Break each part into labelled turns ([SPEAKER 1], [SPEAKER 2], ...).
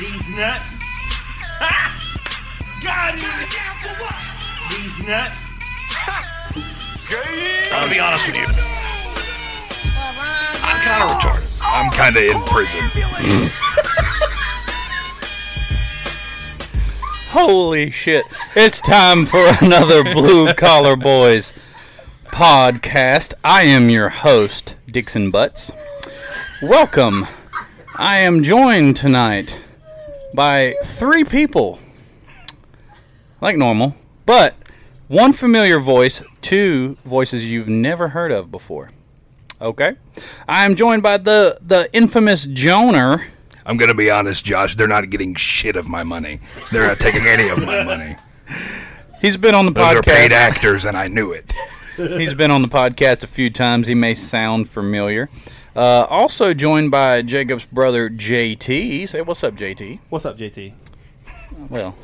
[SPEAKER 1] These nuts. Got it. These nuts.
[SPEAKER 2] I'm gonna be honest with you. I'm kind of retarded. I'm kind of in prison.
[SPEAKER 3] Holy shit. It's time for another Blue Collar Boys podcast. I am your host, Dixon Butts. Welcome. I am joined tonight by three people, like normal, but one familiar voice, two voices you've never heard of before. Okay? I am joined by the, the infamous Joner.
[SPEAKER 2] I'm gonna be honest, Josh. They're not getting shit of my money. They're not taking any of my money.
[SPEAKER 3] He's been on the
[SPEAKER 2] Those are
[SPEAKER 3] podcast.
[SPEAKER 2] paid actors, and I knew it.
[SPEAKER 3] He's been on the podcast a few times. He may sound familiar. Uh, also joined by Jacob's brother JT. Say what's up, JT.
[SPEAKER 4] What's up, JT?
[SPEAKER 3] Well,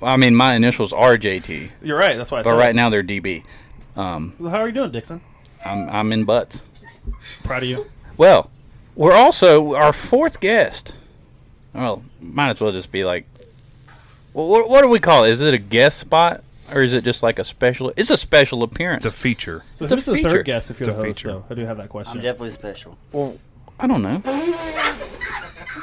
[SPEAKER 3] I mean my initials are JT,
[SPEAKER 4] You're right. That's why I said.
[SPEAKER 3] but right now they're DB.
[SPEAKER 4] it. How are you doing, Dixon?
[SPEAKER 3] I'm I'm in butts.
[SPEAKER 4] Proud of you.
[SPEAKER 3] Well, we're also our fourth guest. Well, might as well just be like, well, what, what do we call it? Is it a guest spot or is it just like a special? It's a special appearance.
[SPEAKER 2] It's a feature.
[SPEAKER 4] So
[SPEAKER 3] a
[SPEAKER 4] who's the
[SPEAKER 3] feature.
[SPEAKER 4] third guest if you're
[SPEAKER 2] It's a
[SPEAKER 4] the host,
[SPEAKER 2] feature.
[SPEAKER 4] though? I do have that question.
[SPEAKER 5] I'm definitely special.
[SPEAKER 3] I don't know.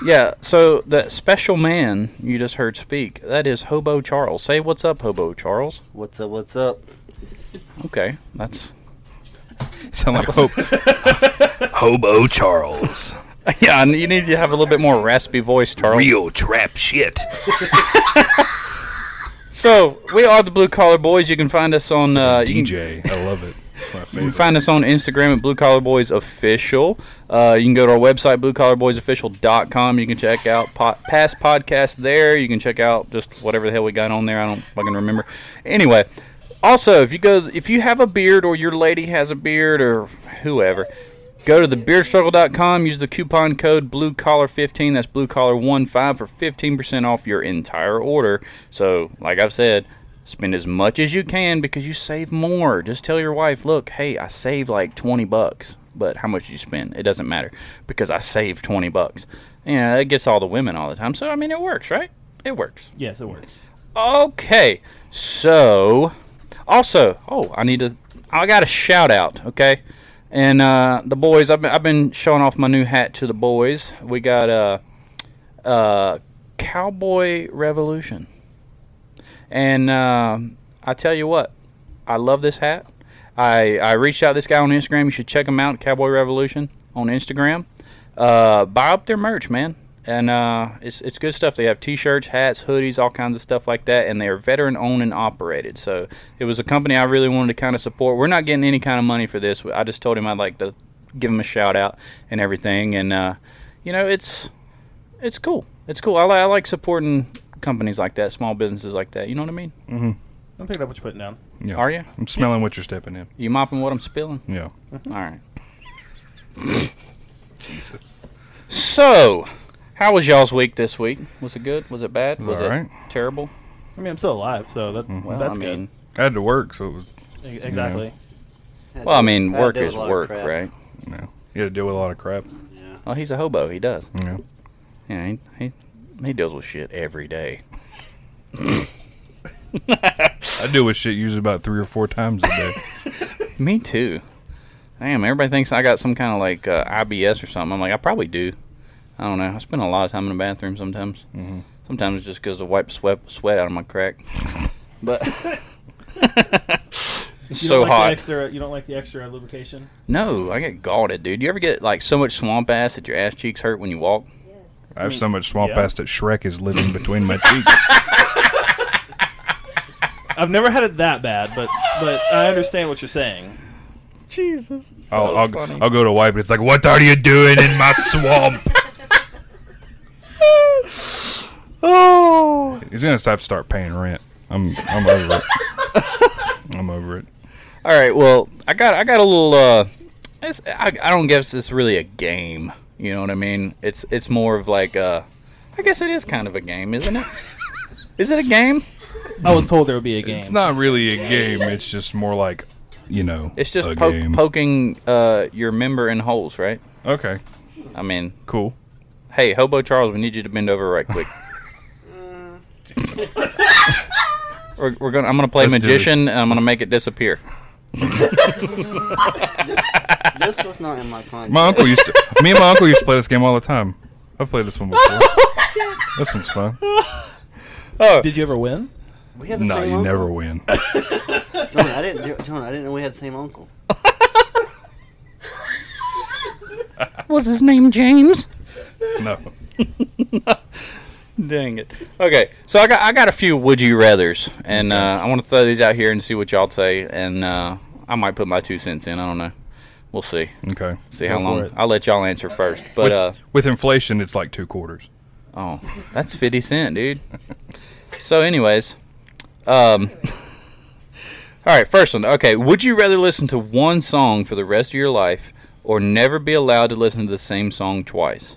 [SPEAKER 3] yeah, so that special man you just heard speak, that is Hobo Charles. Say what's up, Hobo Charles.
[SPEAKER 5] What's up? What's up?
[SPEAKER 3] Okay, that's
[SPEAKER 2] Sound like Hobo Charles.
[SPEAKER 3] yeah. and You need to have a little bit more raspy voice, Charles.
[SPEAKER 2] Real trap shit.
[SPEAKER 3] So we are the Blue Collar Boys. You can find us on uh, you can-
[SPEAKER 2] DJ, I love it. It's my
[SPEAKER 3] You
[SPEAKER 2] favorite.
[SPEAKER 3] can find us on Instagram at Blue Collar Boys Official. Uh, you can go to our website, bluecollarboysofficial.com. You can check out po- past podcasts there. You can check out just whatever the hell we got on there. I don't fucking remember. Anyway, also, if you go, if you have a beard or your lady has a beard or whoever, go to thebeardstruggle.com. Use the coupon code Blue Collar 15 That's Blue Collar 15 for 15% off your entire order. So, like I've said, spend as much as you can because you save more. Just tell your wife, look, hey, I saved like 20 bucks, but how much you spend? It doesn't matter because I saved 20 bucks. Yeah, that gets all the women all the time. So, I mean, it works, right? It works.
[SPEAKER 4] Yes, it works.
[SPEAKER 3] Okay. So, also, oh, I need to, I got a shout out, okay? And uh, the boys, I've been, I've been showing off my new hat to the boys. We got uh, uh, Cowboy Revolution. And um I tell you what, I love this hat. I, I reached out to this guy on Instagram. You should check him out, Cowboy Revolution on Instagram. Uh, buy up their merch, man. And uh, it's, it's good stuff. They have t shirts, hats, hoodies, all kinds of stuff like that. And they are veteran owned and operated. So it was a company I really wanted to kind of support. We're not getting any kind of money for this. I just told him I'd like to give him a shout out and everything. And, uh, you know, it's it's cool. It's cool. I, li- I like supporting companies like that, small businesses like that. You know what I mean?
[SPEAKER 4] I'm picking up what you're putting down.
[SPEAKER 2] Yeah.
[SPEAKER 3] Are you?
[SPEAKER 2] I'm smelling what you're stepping in.
[SPEAKER 3] You mopping what I'm spilling?
[SPEAKER 2] Yeah.
[SPEAKER 3] All right.
[SPEAKER 2] Jesus.
[SPEAKER 3] So, how was y'all's week this week? Was it good? Was it bad? Was,
[SPEAKER 2] all
[SPEAKER 3] it
[SPEAKER 2] right.
[SPEAKER 3] terrible?
[SPEAKER 4] I mean, I'm still alive, so that,
[SPEAKER 3] Well,
[SPEAKER 4] that's
[SPEAKER 3] I mean,
[SPEAKER 2] Mm, I had to work, so it was.
[SPEAKER 4] good. E- Exactly.
[SPEAKER 3] well, I mean,
[SPEAKER 5] Had to
[SPEAKER 3] work
[SPEAKER 5] deal with
[SPEAKER 3] is
[SPEAKER 5] a lot of
[SPEAKER 3] work,
[SPEAKER 5] crap.
[SPEAKER 3] right?
[SPEAKER 2] You know, you had to deal with a lot of crap.
[SPEAKER 3] Well, he's a hobo. He does.
[SPEAKER 2] You know.
[SPEAKER 3] Yeah, he he, he deals with shit every day.
[SPEAKER 2] I deal with shit usually about three or four times a day.
[SPEAKER 3] Me too. Damn, everybody thinks I got some kind of like uh, IBS or something. I'm like, I probably do. I don't know. I spend a lot of time in the bathroom sometimes. Mm-hmm. Sometimes it's just because to wipe sweat sweat out of my crack. But it's
[SPEAKER 4] You
[SPEAKER 3] so
[SPEAKER 4] don't like
[SPEAKER 3] hot.
[SPEAKER 4] The extra, you don't like the extra lubrication?
[SPEAKER 3] No, I get galled, dude. You ever get like so much swamp ass that your ass cheeks hurt when you walk?
[SPEAKER 2] I have so much swamp
[SPEAKER 4] yeah.
[SPEAKER 2] ass that Shrek is living between my cheeks.
[SPEAKER 4] I've never had it that bad, but but I understand what you're saying.
[SPEAKER 3] Jesus.
[SPEAKER 2] I'll,
[SPEAKER 3] That was
[SPEAKER 2] I'll,
[SPEAKER 3] funny.
[SPEAKER 2] I'll go to wipe it. It's like, what are you doing in my swamp?
[SPEAKER 3] Oh.
[SPEAKER 2] He's gonna have to start paying rent. I'm I'm over it. I'm over it.
[SPEAKER 3] All right. Well, I got I got a little. Uh, it's, I, I don't guess it's really a game. You know what I mean? It's it's more of like uh, I guess it is kind of a game, isn't it? is it a game?
[SPEAKER 4] I was told there would be a game.
[SPEAKER 2] It's not really a game. It's just more like, you know,
[SPEAKER 3] It's just
[SPEAKER 2] a
[SPEAKER 3] poke,
[SPEAKER 2] game.
[SPEAKER 3] poking uh, your member in holes, right?
[SPEAKER 2] Okay,
[SPEAKER 3] I mean,
[SPEAKER 2] cool.
[SPEAKER 3] hey, Hobo Charles, we need you to bend over right quick. we're, we're gonna. I'm gonna play
[SPEAKER 5] Let's do it.
[SPEAKER 3] magician. And I'm gonna make it disappear.
[SPEAKER 6] This was not in my plan.
[SPEAKER 5] My uncle used to. me and my uncle used to play this game all the time. I've played this one before. this one's fun.
[SPEAKER 4] Did you ever win?
[SPEAKER 6] we had the
[SPEAKER 5] No,
[SPEAKER 6] same
[SPEAKER 5] you
[SPEAKER 6] uncle.
[SPEAKER 5] never win.
[SPEAKER 6] Jonah, I didn't. do- Jonah, I didn't know we had the same uncle.
[SPEAKER 3] Was his name James?
[SPEAKER 5] No.
[SPEAKER 3] Dang it. Okay, so I got I got a few would you rather's, and uh, I want to throw these out here and see what y'all say, and uh, I might put my two cents in. I don't know. We'll see.
[SPEAKER 5] Okay.
[SPEAKER 3] See how
[SPEAKER 4] for
[SPEAKER 3] long.
[SPEAKER 4] it.
[SPEAKER 3] I'll let y'all answer first, but
[SPEAKER 5] With,
[SPEAKER 3] uh,
[SPEAKER 5] with inflation, it's like two quarters.
[SPEAKER 3] Oh, that's 50 Cent, dude. So, anyways, um, all right, first one. Okay, would you rather listen to one song for the rest of your life or never be allowed to listen to the same song twice?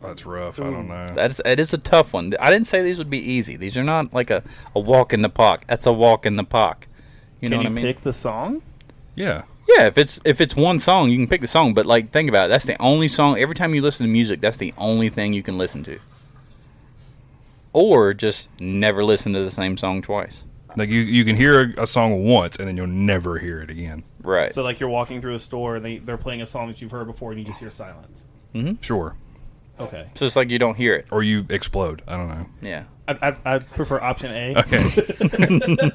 [SPEAKER 5] That's rough. I don't know.
[SPEAKER 3] That's that is a tough one. I didn't say these would be easy. These are not like a, a walk in the park. That's a walk in the park. You know
[SPEAKER 4] Can
[SPEAKER 3] what I
[SPEAKER 4] you
[SPEAKER 3] mean?
[SPEAKER 4] pick the song?
[SPEAKER 5] yeah.
[SPEAKER 3] Yeah, if it's if it's one song, you can pick the song. But like, think about it. That's the only song. Every time you listen to music, that's the only thing you can listen to. Or just never listen to the same song twice.
[SPEAKER 5] Like you, you can hear a, a song once and then you'll never hear it
[SPEAKER 3] Mm-hmm.
[SPEAKER 5] again.
[SPEAKER 3] Right.
[SPEAKER 4] So like you're walking through a store and they they're playing a song that you've heard before and you just hear silence.
[SPEAKER 5] Sure.
[SPEAKER 4] Okay,
[SPEAKER 3] so it's like you don't hear it.
[SPEAKER 5] Or you explode. I don't know.
[SPEAKER 3] Yeah.
[SPEAKER 4] I, I, I prefer option A.
[SPEAKER 3] Uh,
[SPEAKER 5] Okay.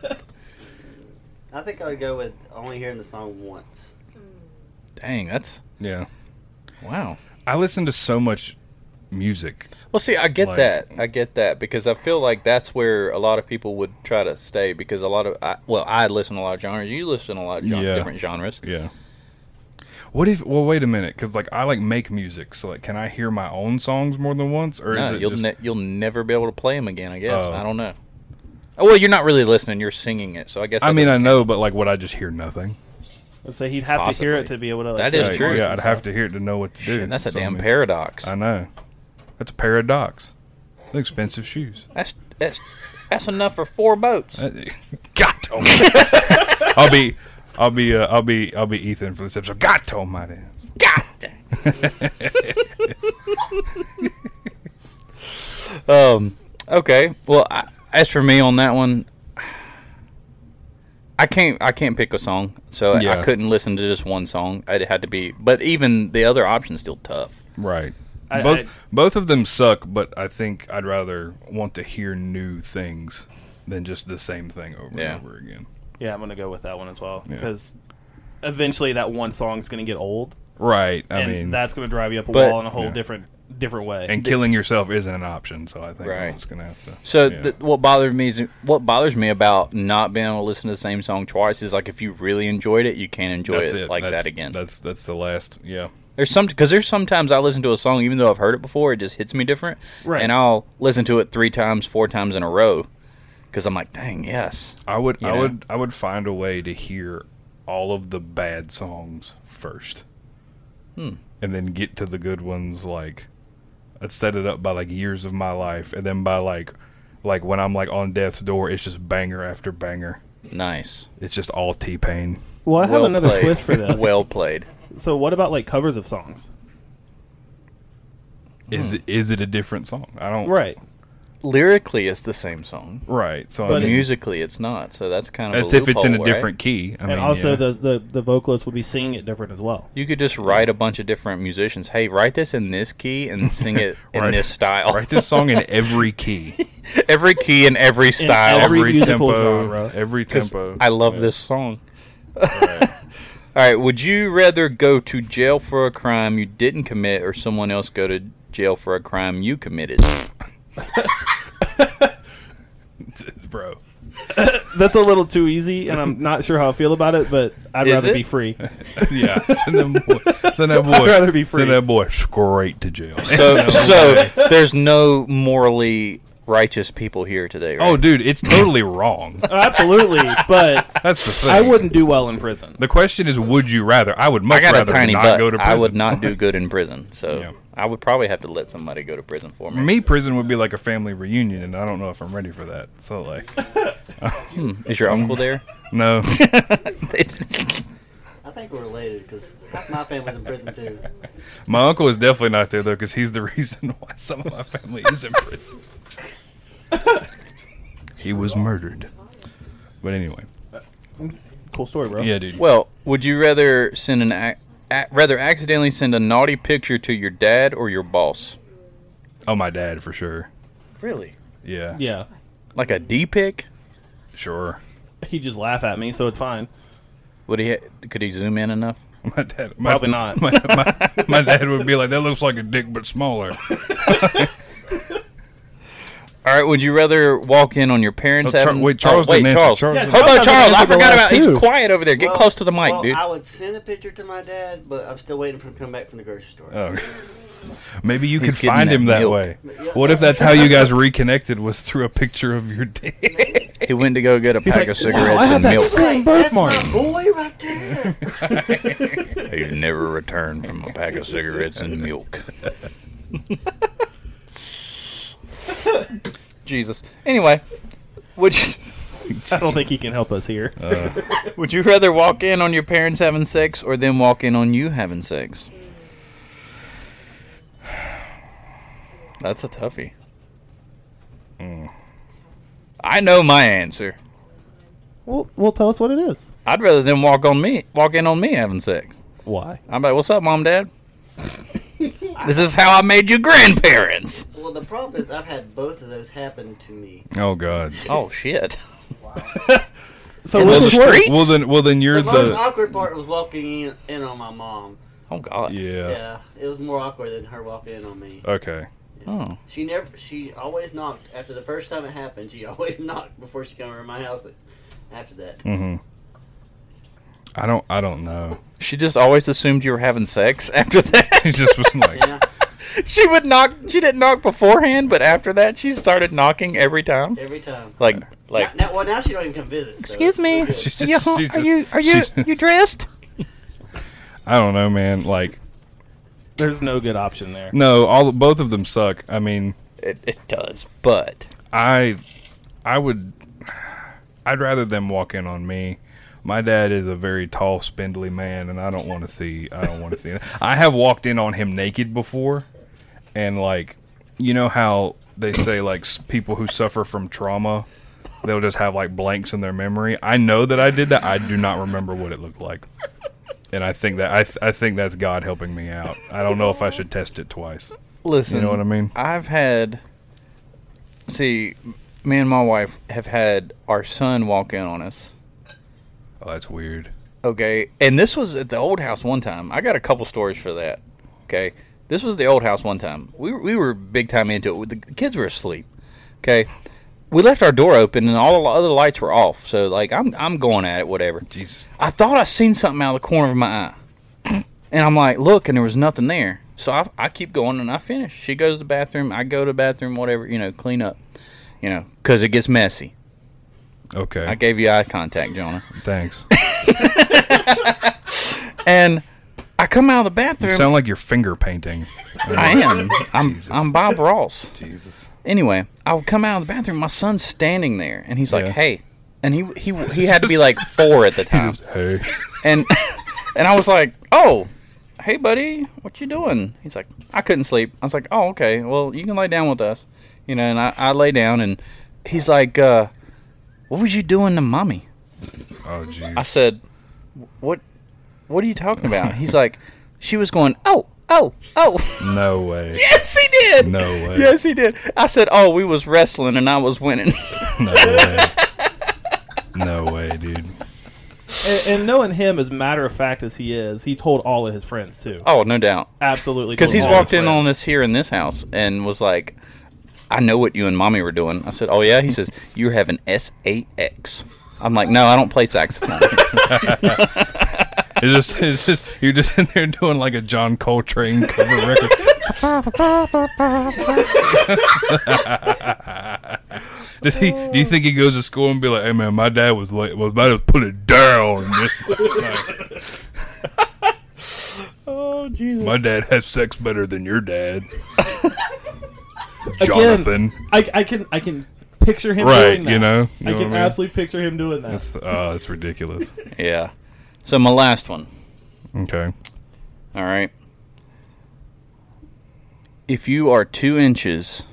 [SPEAKER 6] I think I would go with only hearing the song once.
[SPEAKER 3] Dang, that's
[SPEAKER 5] yeah.
[SPEAKER 3] wow.
[SPEAKER 5] I listen to so much music.
[SPEAKER 3] Well, see, I get
[SPEAKER 5] Like-
[SPEAKER 3] that. I get that because I feel like that's where a lot of people would try to stay because a lot of I, well, I listen to a lot of genres. You listen to a lot of gen-
[SPEAKER 5] Yeah.
[SPEAKER 3] different genres.
[SPEAKER 5] Yeah. What if? Well, wait a minute, because like I like make music, so like, can I hear my own songs more than once, or is
[SPEAKER 3] No,
[SPEAKER 5] it
[SPEAKER 3] you'll
[SPEAKER 5] just?
[SPEAKER 3] ne- you'll never be able to play them again. I guess
[SPEAKER 5] Oh.
[SPEAKER 3] I don't know. Oh, Well, you're not really listening. You're singing it, so I guess.
[SPEAKER 5] I
[SPEAKER 3] that
[SPEAKER 5] mean,
[SPEAKER 3] doesn't
[SPEAKER 5] I know, but like, would I just hear nothing?
[SPEAKER 4] Let's say he'd have to hear it
[SPEAKER 3] Possibly.
[SPEAKER 4] to be able to. Like,
[SPEAKER 3] That
[SPEAKER 4] hear
[SPEAKER 3] is
[SPEAKER 4] the
[SPEAKER 5] Like,
[SPEAKER 3] true.
[SPEAKER 4] words
[SPEAKER 5] Yeah,
[SPEAKER 4] and
[SPEAKER 5] I'd
[SPEAKER 4] stuff.
[SPEAKER 5] have to hear it to know what to do.
[SPEAKER 3] Shit, that's a
[SPEAKER 5] So, I
[SPEAKER 3] damn
[SPEAKER 5] mean,
[SPEAKER 3] paradox.
[SPEAKER 5] I know. That's a paradox. Expensive shoes. Uh,
[SPEAKER 3] That's that's that's enough for four boats.
[SPEAKER 5] God damn. I'll be, I'll be, uh, I'll be, I'll be Ethan for this episode. God oh almighty.
[SPEAKER 3] God dang. um. Okay. Well, I, as for me on that one, I can't. I can't pick a song, so I
[SPEAKER 5] Yeah.
[SPEAKER 3] couldn't listen to just one song. It had to be. But even the other option's still tough.
[SPEAKER 5] Right.
[SPEAKER 4] I-
[SPEAKER 5] both
[SPEAKER 4] I-
[SPEAKER 5] both of them suck, but I think I'd rather want to hear new things than just the same thing over
[SPEAKER 3] Yeah.
[SPEAKER 5] and over again.
[SPEAKER 4] Yeah, I'm gonna go with that one as well
[SPEAKER 5] Yeah.
[SPEAKER 4] because eventually that one song's gonna get old
[SPEAKER 5] Right. I
[SPEAKER 4] and
[SPEAKER 5] mean,
[SPEAKER 4] that's gonna drive you up a
[SPEAKER 3] But-
[SPEAKER 4] wall in a whole
[SPEAKER 5] Yeah.
[SPEAKER 4] different different way.
[SPEAKER 5] and killing yourself isn't an option, so I think
[SPEAKER 3] Right.
[SPEAKER 5] I'm just gonna have to.
[SPEAKER 3] So
[SPEAKER 5] yeah.
[SPEAKER 3] th- what bothers me is what bothers me about not being able to listen to the same song twice is like if you really enjoyed it, you can't enjoy
[SPEAKER 5] that's
[SPEAKER 3] it,
[SPEAKER 5] it.
[SPEAKER 3] like
[SPEAKER 5] that's,
[SPEAKER 3] that again.
[SPEAKER 5] That's that's the last. Yeah.
[SPEAKER 3] There's some because there's sometimes I listen to a song even though I've heard it before, it just hits me different.
[SPEAKER 4] Right.
[SPEAKER 3] And I'll listen to it three times, four times in a row because I'm like, dang, yes.
[SPEAKER 5] I would
[SPEAKER 3] You
[SPEAKER 5] I
[SPEAKER 3] know?
[SPEAKER 5] would I would find a way to hear all of the bad songs first.
[SPEAKER 4] Hmm.
[SPEAKER 5] And then get to the good ones like I'd set it up by like years of my life and then by like like when I'm like on death's door it's just banger after banger.
[SPEAKER 3] Nice.
[SPEAKER 5] It's just all T pain.
[SPEAKER 4] well, I have
[SPEAKER 3] well
[SPEAKER 4] another
[SPEAKER 3] played.
[SPEAKER 4] twist for this.
[SPEAKER 3] well played.
[SPEAKER 4] so what about like covers of songs?
[SPEAKER 5] Is it is it a different song? I don't
[SPEAKER 4] Hmm. Right.
[SPEAKER 3] Lyrically, it's the same song.
[SPEAKER 5] right. So
[SPEAKER 4] But
[SPEAKER 5] I mean,
[SPEAKER 3] Musically, it's not. So that's kind of
[SPEAKER 5] that's
[SPEAKER 3] a
[SPEAKER 5] if it's in a
[SPEAKER 3] loophole, right?
[SPEAKER 5] different key. I mean,
[SPEAKER 4] and also
[SPEAKER 5] yeah.
[SPEAKER 4] the, the the vocalist would be singing it different as well.
[SPEAKER 3] You could just write a bunch of different musicians. Hey, write this in this key and sing it in
[SPEAKER 5] Right.
[SPEAKER 3] this style.
[SPEAKER 5] write this song in every key,
[SPEAKER 3] every key and every style.
[SPEAKER 4] every- musical
[SPEAKER 5] tempo,
[SPEAKER 4] genre.
[SPEAKER 5] every
[SPEAKER 3] 'Cause
[SPEAKER 5] tempo.
[SPEAKER 3] I love this song. All right. Would you rather go to jail for a crime you didn't commit, or someone else go to jail for a crime you committed?
[SPEAKER 5] bro.
[SPEAKER 4] That's a little too easy, and I'm not sure how I feel about it, but I'd
[SPEAKER 3] Is
[SPEAKER 4] rather
[SPEAKER 3] it?
[SPEAKER 4] be free.
[SPEAKER 5] Yeah, send that boy. Send that boy.
[SPEAKER 4] I'd rather be free.
[SPEAKER 5] Send that boy straight to jail.
[SPEAKER 3] So, so there's no morally righteous people here today. Right?
[SPEAKER 5] oh, dude, it's totally wrong.
[SPEAKER 4] Oh, Absolutely, but
[SPEAKER 5] That's the thing.
[SPEAKER 4] I wouldn't do well in prison.
[SPEAKER 5] The question is, would you rather? I would much
[SPEAKER 3] I got a
[SPEAKER 5] rather
[SPEAKER 3] tiny
[SPEAKER 5] not
[SPEAKER 3] butt.
[SPEAKER 5] go to
[SPEAKER 3] I
[SPEAKER 5] prison.
[SPEAKER 3] would not do good in prison, so
[SPEAKER 5] Yeah.
[SPEAKER 3] I would probably have to let somebody go to prison for me.
[SPEAKER 5] Me, prison would be like a family reunion, and I don't know if I'm ready for that. So, like, Mm.
[SPEAKER 3] Is your uncle there?
[SPEAKER 5] no,
[SPEAKER 6] I think we're related because half my family's in prison too.
[SPEAKER 5] My uncle is definitely not there though, because he's the reason why some of my family is in prison. he was murdered. But anyway,
[SPEAKER 4] Cool story, bro.
[SPEAKER 5] yeah, dude.
[SPEAKER 3] Well, would you rather send an ac- a- rather accidentally send a naughty picture to your dad or your boss?
[SPEAKER 5] Oh, my dad for sure.
[SPEAKER 3] Really?
[SPEAKER 5] Yeah,
[SPEAKER 4] Yeah.
[SPEAKER 3] Like a D pic?
[SPEAKER 5] sure.
[SPEAKER 4] He just laugh at me, so it's fine.
[SPEAKER 3] Would he? ha- Could he zoom in enough?
[SPEAKER 5] My dad my,
[SPEAKER 4] Probably not.
[SPEAKER 5] My, my, my dad would be like, "That looks like a dick, but smaller."
[SPEAKER 3] All right. Would you rather walk in on your parents?
[SPEAKER 5] Oh, Char-
[SPEAKER 3] having-
[SPEAKER 5] wait, Charles
[SPEAKER 3] Oh, wait,
[SPEAKER 5] didn't answer.
[SPEAKER 3] Charles.
[SPEAKER 5] Charles Yeah,
[SPEAKER 3] Hold on,
[SPEAKER 4] didn't
[SPEAKER 3] Charles.
[SPEAKER 4] answer
[SPEAKER 3] I
[SPEAKER 4] the
[SPEAKER 3] forgot
[SPEAKER 4] last
[SPEAKER 3] about. He's
[SPEAKER 4] two.
[SPEAKER 3] quiet over there. Get
[SPEAKER 6] Well-
[SPEAKER 3] close to the mic,
[SPEAKER 6] well,
[SPEAKER 3] dude.
[SPEAKER 6] I would send a picture to my dad, but I'm still waiting for him to come back from the grocery store.
[SPEAKER 5] Oh. Maybe you could
[SPEAKER 3] getting
[SPEAKER 5] find
[SPEAKER 3] that
[SPEAKER 5] him that
[SPEAKER 3] milk.
[SPEAKER 5] way. What if that's how you guys reconnected? Was through a picture of your dick?
[SPEAKER 3] He went to go get a
[SPEAKER 4] like,
[SPEAKER 3] pack of
[SPEAKER 4] "Wow,
[SPEAKER 3] cigarettes
[SPEAKER 4] I have
[SPEAKER 3] and
[SPEAKER 4] that
[SPEAKER 3] milk.
[SPEAKER 4] same
[SPEAKER 6] That's
[SPEAKER 4] birthmark.
[SPEAKER 6] my boy right there.
[SPEAKER 3] He never returned from a pack of cigarettes and milk. Jesus. Anyway, would you,
[SPEAKER 4] I don't think he can help us here.
[SPEAKER 5] Uh.
[SPEAKER 3] would you rather walk in on your parents having sex or them walk in on you having sex? That's a toughie. Hmm. I know my answer.
[SPEAKER 4] well, well, tell us what it is.
[SPEAKER 3] I'd rather them walk on me, walk in on me having sex.
[SPEAKER 4] Why?
[SPEAKER 3] I'm like, "What's up, mom, dad? this is how I made you grandparents."
[SPEAKER 6] Well, the problem is I've had both of those happen to me.
[SPEAKER 5] Oh God.
[SPEAKER 3] Oh shit.
[SPEAKER 4] So
[SPEAKER 3] In
[SPEAKER 4] which
[SPEAKER 3] the
[SPEAKER 4] is worse?
[SPEAKER 3] streets?
[SPEAKER 5] Well then, well then, you're
[SPEAKER 6] The, most
[SPEAKER 5] the
[SPEAKER 6] awkward part was walking in, in on my mom.
[SPEAKER 3] Oh god.
[SPEAKER 5] yeah.
[SPEAKER 6] Yeah, it was more awkward than her walking in on me.
[SPEAKER 5] Okay.
[SPEAKER 3] Oh.
[SPEAKER 6] She never. She always knocked after the first time it happened. She always knocked before she came over to my house. After that,
[SPEAKER 5] I don't. I don't know.
[SPEAKER 3] She just always assumed you were having sex after that.
[SPEAKER 5] He just was like,
[SPEAKER 6] yeah,
[SPEAKER 3] she would knock she didn't knock beforehand, but after that she started knocking every time.
[SPEAKER 6] every time.
[SPEAKER 3] Like like
[SPEAKER 6] now, well, now she don't even come visit. so
[SPEAKER 3] Excuse
[SPEAKER 6] it's
[SPEAKER 3] me.
[SPEAKER 6] still good.
[SPEAKER 5] She's just- she's just- she's-
[SPEAKER 3] dressed?
[SPEAKER 5] I don't know, man. Like,
[SPEAKER 4] There's no good option there.
[SPEAKER 5] no, all both of them suck. I mean,
[SPEAKER 3] It, it does, but
[SPEAKER 5] I, I would, I'd rather them walk in on me. My dad is a very tall, spindly man, and I don't want to see. I don't want to see it. I have walked in on him naked before, and like, you know how they say like s- people who suffer from trauma, they'll just have like blanks in their memory. I know that I did that. I do not remember what it looked like. And I think that I, th- I think that's God helping me out. I don't know if I should test it twice.
[SPEAKER 3] listen,
[SPEAKER 5] You know what I mean?
[SPEAKER 3] I've had see, me and my wife have had our son walk in on us.
[SPEAKER 5] Oh, that's weird.
[SPEAKER 3] Okay. And this was at the old house one time. I got a couple stories for that. Okay. This was the old house one time. We, were- we were big time into it. The kids were asleep. Okay. We left our door open and all the other lights were off. So, like, I'm, I'm going at it, whatever.
[SPEAKER 5] Jesus.
[SPEAKER 3] I thought I seen something out of the corner of my eye. And I'm like, look, and there was nothing there. So I, I keep going and I finish. She goes to the bathroom. I go to the bathroom, whatever, you know, clean up, you know, because it gets messy.
[SPEAKER 5] Okay.
[SPEAKER 3] I gave you eye contact, Jonah.
[SPEAKER 5] Thanks.
[SPEAKER 3] And I come out of the bathroom.
[SPEAKER 5] You sound like you're finger painting.
[SPEAKER 3] I am. I'm
[SPEAKER 5] Jesus.
[SPEAKER 3] I'm Bob Ross.
[SPEAKER 5] Jesus.
[SPEAKER 3] Anyway, I'll come out of the bathroom. My son's standing there, and he's like,
[SPEAKER 5] Yeah.
[SPEAKER 3] "Hey," and he he he had to be like four at the time,
[SPEAKER 5] Hey.
[SPEAKER 3] and and I was like, "Oh, hey, buddy, what you doing?" He's like, "I couldn't sleep." I was like, "Oh, okay. Well, you can lay down with us, you know." And I, I lay down, and he's like, uh, "What was you doing to mommy?"
[SPEAKER 5] Oh, jeez.
[SPEAKER 3] I said, "What? What are you talking about?" He's like, "She was going, oh, oh, oh."
[SPEAKER 5] No way.
[SPEAKER 3] Yes, he did.
[SPEAKER 5] No way.
[SPEAKER 3] Yes, he did. I said, "Oh, we was wrestling and I was winning."
[SPEAKER 5] No way. No way, dude.
[SPEAKER 4] And, and knowing him as matter of fact as he is, he told all of his friends too.
[SPEAKER 3] oh, no doubt,
[SPEAKER 4] Absolutely,
[SPEAKER 3] because
[SPEAKER 4] told
[SPEAKER 3] he's
[SPEAKER 4] all of
[SPEAKER 3] walked
[SPEAKER 4] his
[SPEAKER 3] in on
[SPEAKER 4] friends.
[SPEAKER 3] this here in this house and was like, "I know what you and mommy were doing." I said, "Oh yeah." He says, "You're having S A X." I'm like, "No, I don't play saxophone."
[SPEAKER 5] It's just, it's just, you're just in there doing like a John Coltrane cover record. Does he? Do you think he goes to school and be like, "Hey man, my dad was like, was about to put it down."
[SPEAKER 3] oh Jesus!
[SPEAKER 5] my dad has sex better than your dad,
[SPEAKER 4] Again,
[SPEAKER 5] Jonathan.
[SPEAKER 4] I, I can I can picture him
[SPEAKER 5] Right,
[SPEAKER 4] doing that.
[SPEAKER 5] you know? You know
[SPEAKER 4] I
[SPEAKER 5] what I
[SPEAKER 4] can
[SPEAKER 5] mean? uh,
[SPEAKER 4] absolutely picture him doing that.
[SPEAKER 5] Oh, that's ridiculous.
[SPEAKER 3] Yeah. So my last one.
[SPEAKER 5] Okay.
[SPEAKER 3] All right. If you are two inches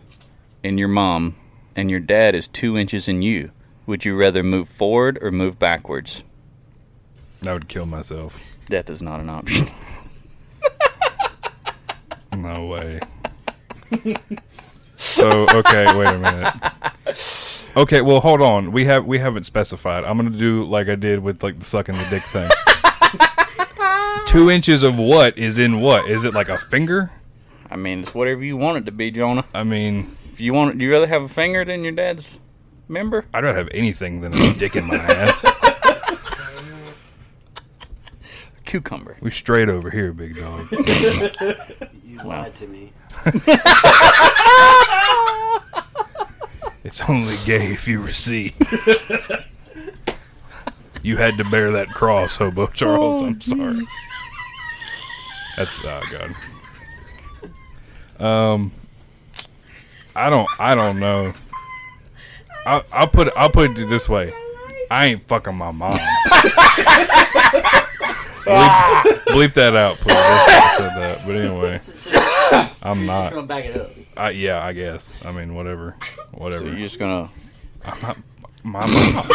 [SPEAKER 3] in your mom and your dad is two inches in you, would you rather move forward or move backwards?
[SPEAKER 5] I would kill myself.
[SPEAKER 3] Death is not an option.
[SPEAKER 5] No way. so okay, wait a minute. Okay, well hold on. We have we haven't specified. I'm gonna do like I did with like the sucking the dick thing. Two inches of what is in what? Is it like a finger?
[SPEAKER 3] I mean, it's whatever you want it to be, Jonah.
[SPEAKER 5] I mean,
[SPEAKER 3] If you want, do you rather have a finger than your dad's member?
[SPEAKER 5] I'd rather have anything than a dick in my ass.
[SPEAKER 3] Cucumber.
[SPEAKER 5] We straight over here, big dog.
[SPEAKER 6] You lied to me.
[SPEAKER 5] It's only gay if you receive. you had to bear that cross, Hobo Charles. I'm sorry. That's oh god. Um, I don't. I don't know. I, I'll put. I'll put it this way. I ain't fucking my mom. bleep, bleep that out, please. I said that, but anyway,
[SPEAKER 6] So you're just
[SPEAKER 5] I'm not.
[SPEAKER 6] gonna back it up.
[SPEAKER 5] I, yeah, I guess. I mean, whatever,
[SPEAKER 3] So
[SPEAKER 5] whatever.
[SPEAKER 3] you're just gonna.
[SPEAKER 5] My mom.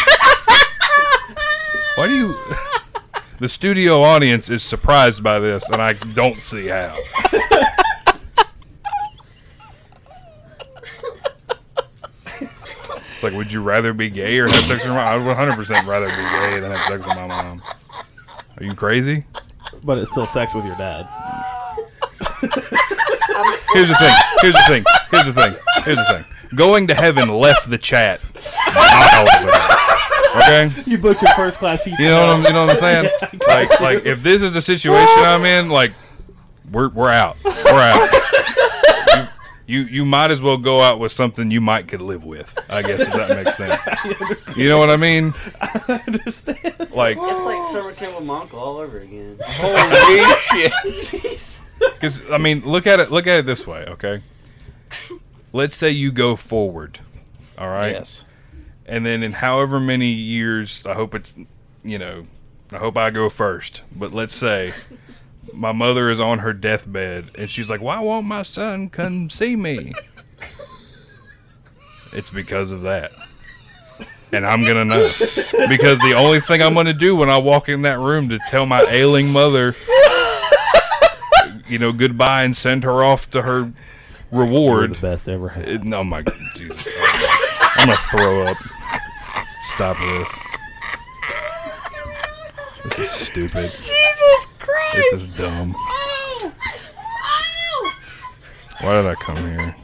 [SPEAKER 5] Why do you? The studio audience is surprised by this, and I don't see how. It's like, would you rather be gay or have sex with your mom? I would 100 percent rather be gay than have sex with my mom. Are you crazy?
[SPEAKER 4] But it's still sex with your dad.
[SPEAKER 5] Here's the thing. Here's the thing. Here's the thing. Here's the thing. Going to heaven left the chat miles ago. Okay.
[SPEAKER 4] You booked your first class seat.
[SPEAKER 5] You know what I'm, you know what I'm saying? like, like if this is the situation I'm in, like, we're we're out. We're out. you, you you might as well go out with something you might could live with. I guess if that makes sense. You know what I mean?
[SPEAKER 4] understand?
[SPEAKER 5] Like,
[SPEAKER 6] It's like summer camp with my uncle all over again.
[SPEAKER 3] Holy shit!
[SPEAKER 5] Because I mean, look at it. Look at it this way, okay? Let's say you go forward, all right,
[SPEAKER 3] Yes.
[SPEAKER 5] and then in however many years, I hope it's, you know, I hope I go first. But let's say my mother is on her deathbed, and she's like, "Why won't my son come see me?" It's because of that. And I'm gonna know because the only thing I'm gonna do when I walk in that room to tell my ailing mother you know, goodbye and send her off to her
[SPEAKER 4] You're the
[SPEAKER 5] reward.
[SPEAKER 4] best ever had.
[SPEAKER 5] It- No, my Jesus, I'm gonna throw up. Stop this. This is stupid.
[SPEAKER 7] Jesus Christ!
[SPEAKER 5] This is dumb. Oh!
[SPEAKER 7] Ow! Ow!
[SPEAKER 5] Why did I come here?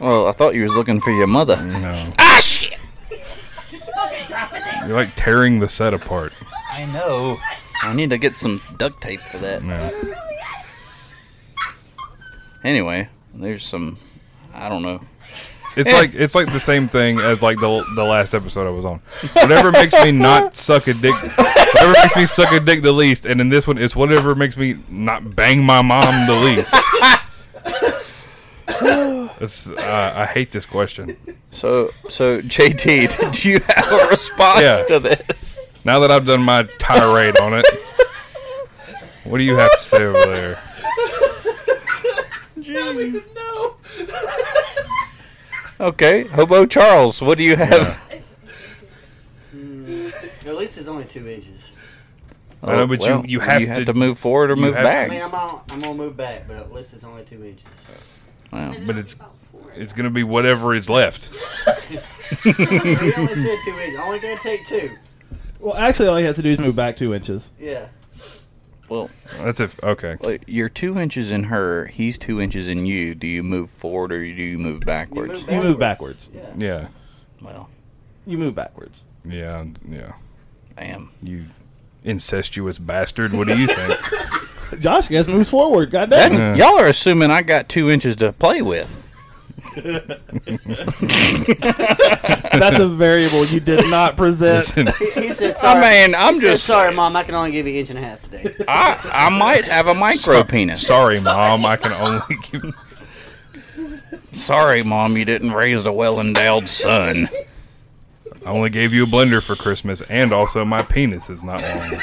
[SPEAKER 3] Well, I thought you was looking for your mother.
[SPEAKER 5] No,
[SPEAKER 3] Ah shit!
[SPEAKER 5] you're like tearing the set apart.
[SPEAKER 3] I know. I need to get some duct tape for that.
[SPEAKER 5] No,
[SPEAKER 3] Anyway, there's some. I don't know.
[SPEAKER 5] it's like it's like the same thing as like the the last episode I was on. Whatever makes me not suck a dick, whatever makes me suck a dick the least, and in this one, it's whatever makes me not bang my mom the least. It's, uh, I hate this question.
[SPEAKER 3] So, so JT, did you have a response
[SPEAKER 5] Yeah.
[SPEAKER 3] to this?
[SPEAKER 5] Now that I've done my tirade on it, what do you have to say over there?
[SPEAKER 3] Okay, Hobo Charles, what do you have?
[SPEAKER 5] Yeah.
[SPEAKER 6] At least it's only two inches.
[SPEAKER 5] I know, but you- you have to-
[SPEAKER 3] move forward or
[SPEAKER 5] you
[SPEAKER 3] move
[SPEAKER 5] have to-
[SPEAKER 6] I mean,
[SPEAKER 3] back.
[SPEAKER 6] I'm all, I'm gonna move back, but at least it's only two inches.
[SPEAKER 3] Wow.
[SPEAKER 5] But it's it's gonna be whatever is left.
[SPEAKER 6] He only said two inches. I only gotta take two.
[SPEAKER 4] Well, actually, all he has to do is move back two inches.
[SPEAKER 6] Yeah.
[SPEAKER 3] Well,
[SPEAKER 5] That's if okay.
[SPEAKER 3] like, you're two inches in her. He's two inches in you. Do you move forward or do you move
[SPEAKER 6] You
[SPEAKER 3] backwards?
[SPEAKER 6] move
[SPEAKER 4] You move backwards.
[SPEAKER 6] Yeah.
[SPEAKER 5] Yeah,
[SPEAKER 3] Well,
[SPEAKER 4] You move backwards.
[SPEAKER 5] yeah, yeah.
[SPEAKER 3] I am.
[SPEAKER 5] You incestuous bastard. What do you think?
[SPEAKER 4] Josh, guess moves forward. God damn.
[SPEAKER 5] Yeah.
[SPEAKER 3] Y'all are assuming I got two inches to play with.
[SPEAKER 4] That's a variable you did not present.
[SPEAKER 5] Listen,
[SPEAKER 6] He said, sorry.
[SPEAKER 3] mean, I'm
[SPEAKER 6] he said,
[SPEAKER 3] just-
[SPEAKER 6] sorry, mom. I can only give you an inch and a half today.
[SPEAKER 3] I I might have a micro penis.
[SPEAKER 5] sorry, mom. I can only give.
[SPEAKER 3] Sorry, mom, you didn't raise a well endowed son.
[SPEAKER 5] I only gave you a blender for Christmas, and also my penis is not long.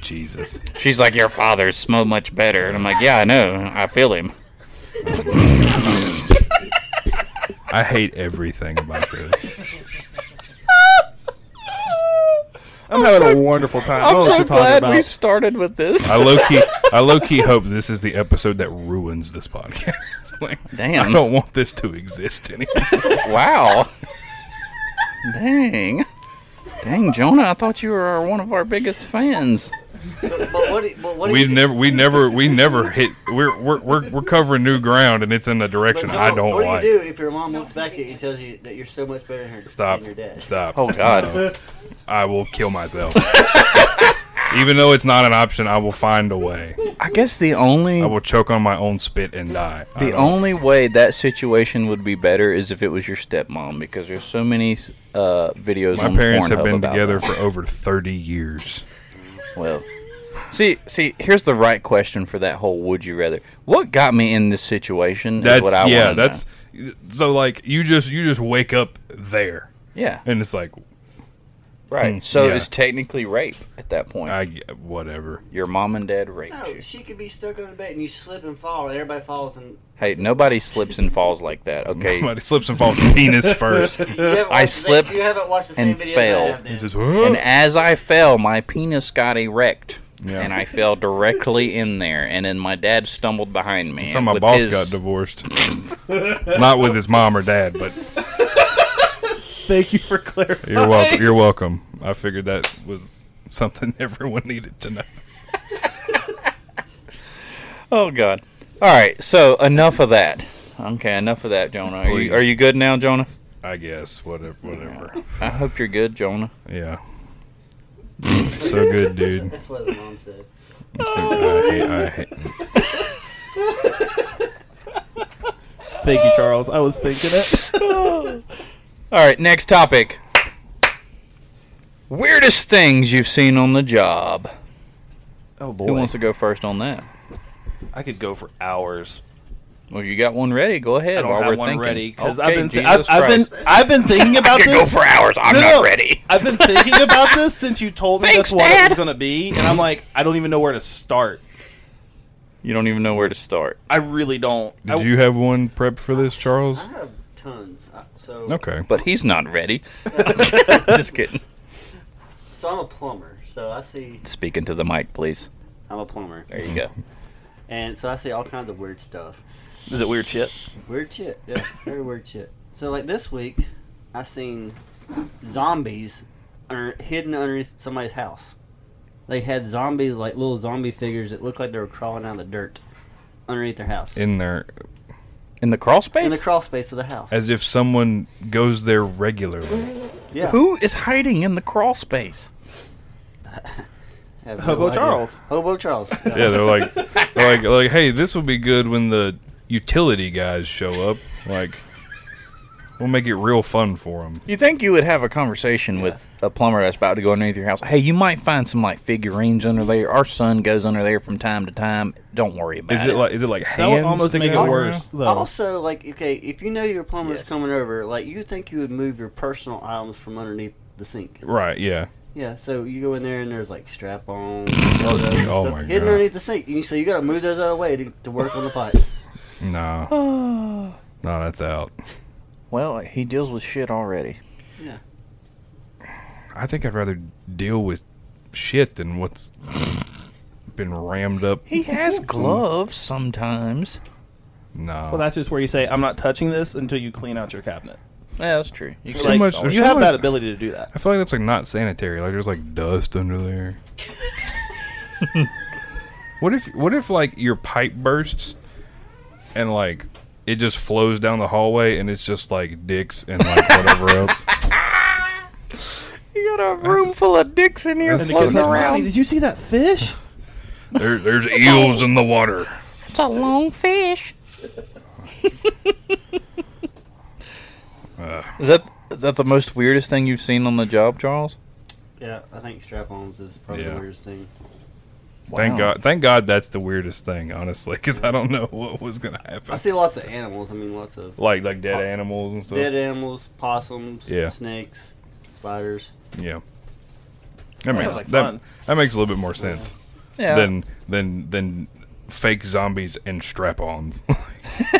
[SPEAKER 5] Jesus.
[SPEAKER 3] She's like, Your father's so much better. And I'm like, Yeah, I know. I feel him.
[SPEAKER 5] I hate everything about this.
[SPEAKER 4] I'm, having a wonderful time. I don't know what you're talking about.
[SPEAKER 3] started with this.
[SPEAKER 5] I low key, I low key hope this is the episode that ruins this podcast. like,
[SPEAKER 3] Damn.
[SPEAKER 5] I don't want this to exist anymore.
[SPEAKER 3] Wow. Dang. Dang, Jonah, I thought you were our- one of our biggest fans.
[SPEAKER 6] But what? do- But what? do
[SPEAKER 5] we
[SPEAKER 6] you-
[SPEAKER 5] never, we never, we never hit. We're we're we're, we're covering new ground, and it's in a
[SPEAKER 6] but
[SPEAKER 5] direction
[SPEAKER 6] no,
[SPEAKER 5] I don't
[SPEAKER 6] What
[SPEAKER 5] like.
[SPEAKER 6] do you do if your mom looks back at you and tells you that you're so much better than her
[SPEAKER 5] Stop!
[SPEAKER 6] than your dad?
[SPEAKER 5] Stop!
[SPEAKER 3] Oh, God.
[SPEAKER 5] I will kill myself. Even though it's not an option, I will find a way.
[SPEAKER 3] I guess the
[SPEAKER 5] I
[SPEAKER 3] only
[SPEAKER 5] will choke on my own spit and die. I
[SPEAKER 3] the
[SPEAKER 5] don't-
[SPEAKER 3] only way that situation would be better is if it was your stepmom because there's so many uh, videos.
[SPEAKER 5] my
[SPEAKER 3] on
[SPEAKER 5] parents have
[SPEAKER 3] Pornhub
[SPEAKER 5] been
[SPEAKER 3] about
[SPEAKER 5] together
[SPEAKER 3] that.
[SPEAKER 5] for over thirty years.
[SPEAKER 3] Well, see, see, here's the right question for that whole "Would you rather." What got me in this situation is
[SPEAKER 5] That's
[SPEAKER 3] what I
[SPEAKER 5] yeah.
[SPEAKER 3] wanna know.
[SPEAKER 5] That's so like you just you just wake up there,
[SPEAKER 3] yeah,
[SPEAKER 5] and it's like
[SPEAKER 3] right. so
[SPEAKER 5] Hmm, yeah.
[SPEAKER 3] it's technically rape at that point.
[SPEAKER 5] I whatever.
[SPEAKER 3] your mom and dad raped
[SPEAKER 6] No,
[SPEAKER 3] you.
[SPEAKER 6] she could be stuck on the bed and you slip and fall and everybody falls and.
[SPEAKER 3] Hey, nobody slips and falls like that. Okay,
[SPEAKER 5] Somebody slips and falls penis first.
[SPEAKER 6] You haven't watched the same-
[SPEAKER 3] slipped
[SPEAKER 6] You haven't watched the same
[SPEAKER 3] and
[SPEAKER 6] videos I have,
[SPEAKER 3] fell.
[SPEAKER 6] then.
[SPEAKER 5] Just,
[SPEAKER 3] and as I fell, my penis got erect.
[SPEAKER 5] Yeah.
[SPEAKER 3] And I fell directly in there, and then my dad stumbled behind me.
[SPEAKER 5] That's how my
[SPEAKER 3] with
[SPEAKER 5] boss
[SPEAKER 3] his-
[SPEAKER 5] got divorced. Not with his mom or dad, but
[SPEAKER 4] Thank you for clarifying.
[SPEAKER 5] you're welcome. You're welcome. I figured that was something everyone needed to know.
[SPEAKER 3] Oh God! All right, so enough of that. Okay, enough of that, Jonah. Are
[SPEAKER 5] Please.
[SPEAKER 3] you, are you good now, Jonah?
[SPEAKER 5] I guess whatever. Whatever.
[SPEAKER 3] I hope you're good, Jonah.
[SPEAKER 5] Yeah. so good, dude.
[SPEAKER 6] That's what his mom said.
[SPEAKER 5] I hate, I hate-
[SPEAKER 4] Thank you, Charles. I was thinking it.
[SPEAKER 3] All right, next topic. Weirdest things you've seen on the job.
[SPEAKER 4] Oh
[SPEAKER 3] Who
[SPEAKER 4] boy,
[SPEAKER 3] wants to go first on that?
[SPEAKER 4] I could go for hours.
[SPEAKER 3] Well, you got one ready. Go ahead.
[SPEAKER 4] I don't
[SPEAKER 3] while we're
[SPEAKER 4] have one
[SPEAKER 3] thinking.
[SPEAKER 4] ready because
[SPEAKER 3] Okay,
[SPEAKER 4] I've been thi- I've,
[SPEAKER 3] Jesus
[SPEAKER 4] I've been
[SPEAKER 3] Christ.
[SPEAKER 4] I've been thinking about
[SPEAKER 3] I could go
[SPEAKER 4] this.
[SPEAKER 3] for hours. I'm
[SPEAKER 4] No,
[SPEAKER 3] not
[SPEAKER 4] no.
[SPEAKER 3] ready.
[SPEAKER 4] I've been thinking about this since you told me
[SPEAKER 3] Thanks,
[SPEAKER 4] that's what
[SPEAKER 3] Dad.
[SPEAKER 4] it was going to be, and I'm like, I don't even know where to start.
[SPEAKER 3] You don't even know where to start.
[SPEAKER 4] I really don't. I,
[SPEAKER 5] Did you have one prepped for this, Charles?
[SPEAKER 6] I have tons. I- So,
[SPEAKER 5] Okay.
[SPEAKER 3] But he's not ready. Just kidding.
[SPEAKER 6] so I'm a plumber. So I see.
[SPEAKER 3] Speaking to the mic, please.
[SPEAKER 6] I'm a plumber.
[SPEAKER 3] There you go.
[SPEAKER 6] And so I see all kinds of weird stuff.
[SPEAKER 4] Is it weird shit?
[SPEAKER 6] Weird shit. Yeah, very weird shit. So like this week, I seen zombies under, hidden underneath somebody's house. They had zombies like little zombie figures that looked like they were crawling out of the dirt underneath their house in,
[SPEAKER 5] In there,
[SPEAKER 3] In the crawl space.
[SPEAKER 6] the crawl space of the house.
[SPEAKER 5] as if someone goes there regularly.
[SPEAKER 6] yeah,
[SPEAKER 3] Who is hiding in the crawl space?
[SPEAKER 6] Have no
[SPEAKER 4] Hobo
[SPEAKER 6] idea.
[SPEAKER 4] Charles.
[SPEAKER 6] Hobo Charles. Yeah.
[SPEAKER 5] Yeah, they're like, they're like, like, hey, this will be good when the utility guys show up. Like, we'll make it real fun for them.
[SPEAKER 3] You think you would have a conversation with a plumber that's about to go underneath your house? Hey, you might find some like figurines under there. Our son goes under there from time to time. Don't worry about
[SPEAKER 5] Is it like, is it like
[SPEAKER 4] That
[SPEAKER 5] hands?
[SPEAKER 4] would almost
[SPEAKER 5] sticking
[SPEAKER 4] make it
[SPEAKER 5] out of their
[SPEAKER 4] worse,
[SPEAKER 5] mouth?
[SPEAKER 4] though.
[SPEAKER 6] Also, like, okay, if you know your plumber's
[SPEAKER 4] Yes.
[SPEAKER 6] coming over, like, you think you would move your personal items from underneath the sink.
[SPEAKER 5] Right? Yeah.
[SPEAKER 6] Yeah, so you go in there and there's like strap on,
[SPEAKER 5] Oh
[SPEAKER 6] stuff
[SPEAKER 5] my
[SPEAKER 6] hidden
[SPEAKER 5] god.
[SPEAKER 6] underneath the sink. You, so you gotta move those out of the way to, to work on the pipes.
[SPEAKER 5] No. No, that's out.
[SPEAKER 3] Well, he deals with shit already.
[SPEAKER 6] Yeah.
[SPEAKER 5] I think I'd rather deal with shit than what's been rammed up.
[SPEAKER 3] He has gloves sometimes.
[SPEAKER 5] No.
[SPEAKER 4] Well, that's just where you say, I'm not touching this until you clean out your cabinet.
[SPEAKER 3] Yeah, that's true. You
[SPEAKER 5] So
[SPEAKER 3] can-
[SPEAKER 5] much-
[SPEAKER 4] you
[SPEAKER 5] there's so
[SPEAKER 4] have
[SPEAKER 5] much-
[SPEAKER 4] that ability to do that.
[SPEAKER 5] I feel like that's like not sanitary. Like there's like dust under there. what if what if like your pipe bursts and like it just flows down the hallway and it's just like dicks and like whatever else.
[SPEAKER 3] You got a room full of dicks in here
[SPEAKER 5] That's
[SPEAKER 4] The kid's
[SPEAKER 3] floating
[SPEAKER 4] like, "Mommy,
[SPEAKER 3] around.
[SPEAKER 4] did you see that fish?
[SPEAKER 5] There, there's eels in the water.
[SPEAKER 7] It's a long fish.
[SPEAKER 3] Is that is that the most weirdest thing you've seen on the job, Charles?
[SPEAKER 6] Yeah, I think strap ons is probably
[SPEAKER 5] Yeah.
[SPEAKER 6] the weirdest thing.
[SPEAKER 5] Thank
[SPEAKER 3] Wow.
[SPEAKER 5] God. Thank God that's the weirdest thing, honestly, because I don't know what was gonna happen.
[SPEAKER 6] I see lots of animals. I mean, lots of
[SPEAKER 5] Like like dead animals and stuff.
[SPEAKER 6] dead animals, possums,
[SPEAKER 5] Yeah.
[SPEAKER 6] snakes, spiders.
[SPEAKER 5] Yeah. That makes
[SPEAKER 4] like
[SPEAKER 5] that,
[SPEAKER 4] fun.
[SPEAKER 5] that makes a little bit more sense.
[SPEAKER 3] Yeah.
[SPEAKER 5] than than than fake zombies and strap-ons.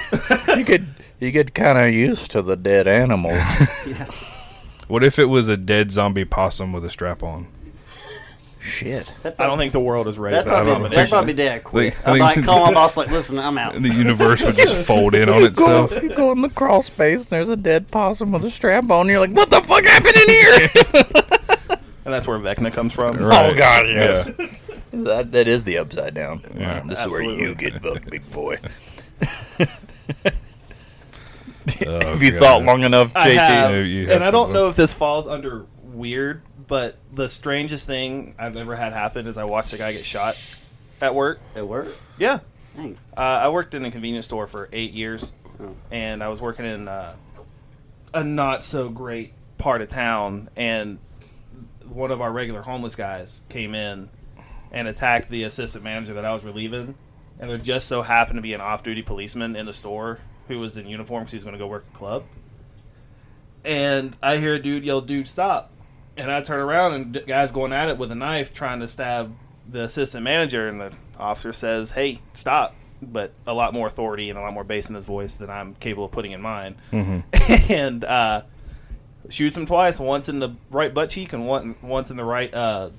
[SPEAKER 3] you could you get kind of used to the dead animals.
[SPEAKER 5] what if it was a dead zombie possum with a strap-on?
[SPEAKER 3] Shit.
[SPEAKER 4] I don't think the world is ready
[SPEAKER 6] That's
[SPEAKER 4] for that
[SPEAKER 6] probably,
[SPEAKER 4] combination.
[SPEAKER 6] that's probably dead quick.
[SPEAKER 5] Wait, I
[SPEAKER 6] I'm
[SPEAKER 5] mean-
[SPEAKER 6] like, call my boss, like, listen, I'm out.
[SPEAKER 5] The universe would just fold in on itself.
[SPEAKER 3] you go in the crawl space and there's a dead possum with a strap on. And you're like, what the fuck happened in here?
[SPEAKER 4] and that's where Vecna comes from.
[SPEAKER 5] Right. Oh,
[SPEAKER 3] God,
[SPEAKER 5] yes.
[SPEAKER 3] that, that is the upside down.
[SPEAKER 5] Yeah.
[SPEAKER 3] this is where you get fucked, big boy.
[SPEAKER 5] Oh,
[SPEAKER 3] If you
[SPEAKER 5] God.
[SPEAKER 3] thought long enough,
[SPEAKER 4] I have,
[SPEAKER 5] Yeah, you have
[SPEAKER 4] and I
[SPEAKER 5] to
[SPEAKER 4] don't
[SPEAKER 5] look.
[SPEAKER 4] know if this falls under weird, but the strangest thing I've ever had happen is I watched a guy get shot at work.
[SPEAKER 6] It worked.
[SPEAKER 4] Yeah,
[SPEAKER 6] Dang.
[SPEAKER 4] uh, I worked in a convenience store for eight years, and I was working in uh, a not so great part of town, and one of our regular homeless guys came in and attacked the assistant manager that I was relieving, and there just so happened to be an off-duty policeman in the store who was in uniform because he was going to go work a club, and I hear a dude yell, "Dude, stop!" And I turn around and the guy's going at it with a knife, trying to stab the assistant manager. And the officer says, "Hey, stop!" But a lot more authority and a lot more bass in his voice than I'm capable of putting in mine.
[SPEAKER 5] Mm-hmm.
[SPEAKER 4] and uh, shoots him twice, once in the right butt cheek and one once in the right uh,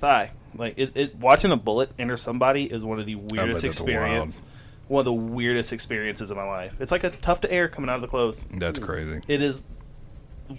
[SPEAKER 4] thigh. Like it, it, watching a bullet enter somebody is one of the weirdest
[SPEAKER 5] that's wild.
[SPEAKER 4] experiences. One of the weirdest experiences of my life. It's like a tough to air coming out of the clothes.
[SPEAKER 5] That's crazy.
[SPEAKER 4] It is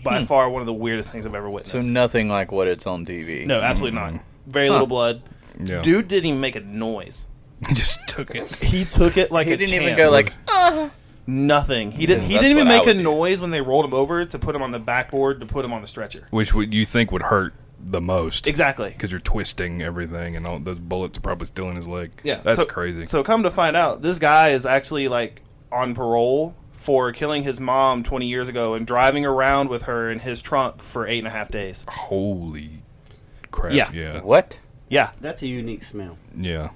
[SPEAKER 4] by far one of the weirdest things I've ever
[SPEAKER 3] Hmm. so Hmm.
[SPEAKER 4] witnessed.
[SPEAKER 3] nothing like what it's on TV.
[SPEAKER 4] no, absolutely not. Very little blood.
[SPEAKER 5] Yeah.
[SPEAKER 4] Dude didn't even make a noise.
[SPEAKER 5] just took it.
[SPEAKER 4] He took it like
[SPEAKER 3] he
[SPEAKER 4] a
[SPEAKER 3] didn't
[SPEAKER 4] champ.
[SPEAKER 3] even go like.
[SPEAKER 4] nothing. He didn't.
[SPEAKER 3] Yeah,
[SPEAKER 4] He
[SPEAKER 3] that's
[SPEAKER 4] didn't even
[SPEAKER 3] what I
[SPEAKER 4] make a
[SPEAKER 3] would do.
[SPEAKER 4] noise when they rolled him over to put him on the backboard to put him on the stretcher.
[SPEAKER 5] Which would you think would hurt the most?
[SPEAKER 4] Exactly.
[SPEAKER 5] Because you're twisting everything, and all those bullets are probably still in his leg.
[SPEAKER 4] Yeah,
[SPEAKER 5] that's
[SPEAKER 4] so,
[SPEAKER 5] crazy.
[SPEAKER 4] So come to find out, this guy is actually like on parole for killing his mom 20 years ago and driving around with her in his trunk for eight and a half days.
[SPEAKER 5] Holy crap!
[SPEAKER 4] Yeah.
[SPEAKER 5] yeah,
[SPEAKER 3] What?
[SPEAKER 4] Yeah,
[SPEAKER 6] That's a unique smell.
[SPEAKER 5] yeah.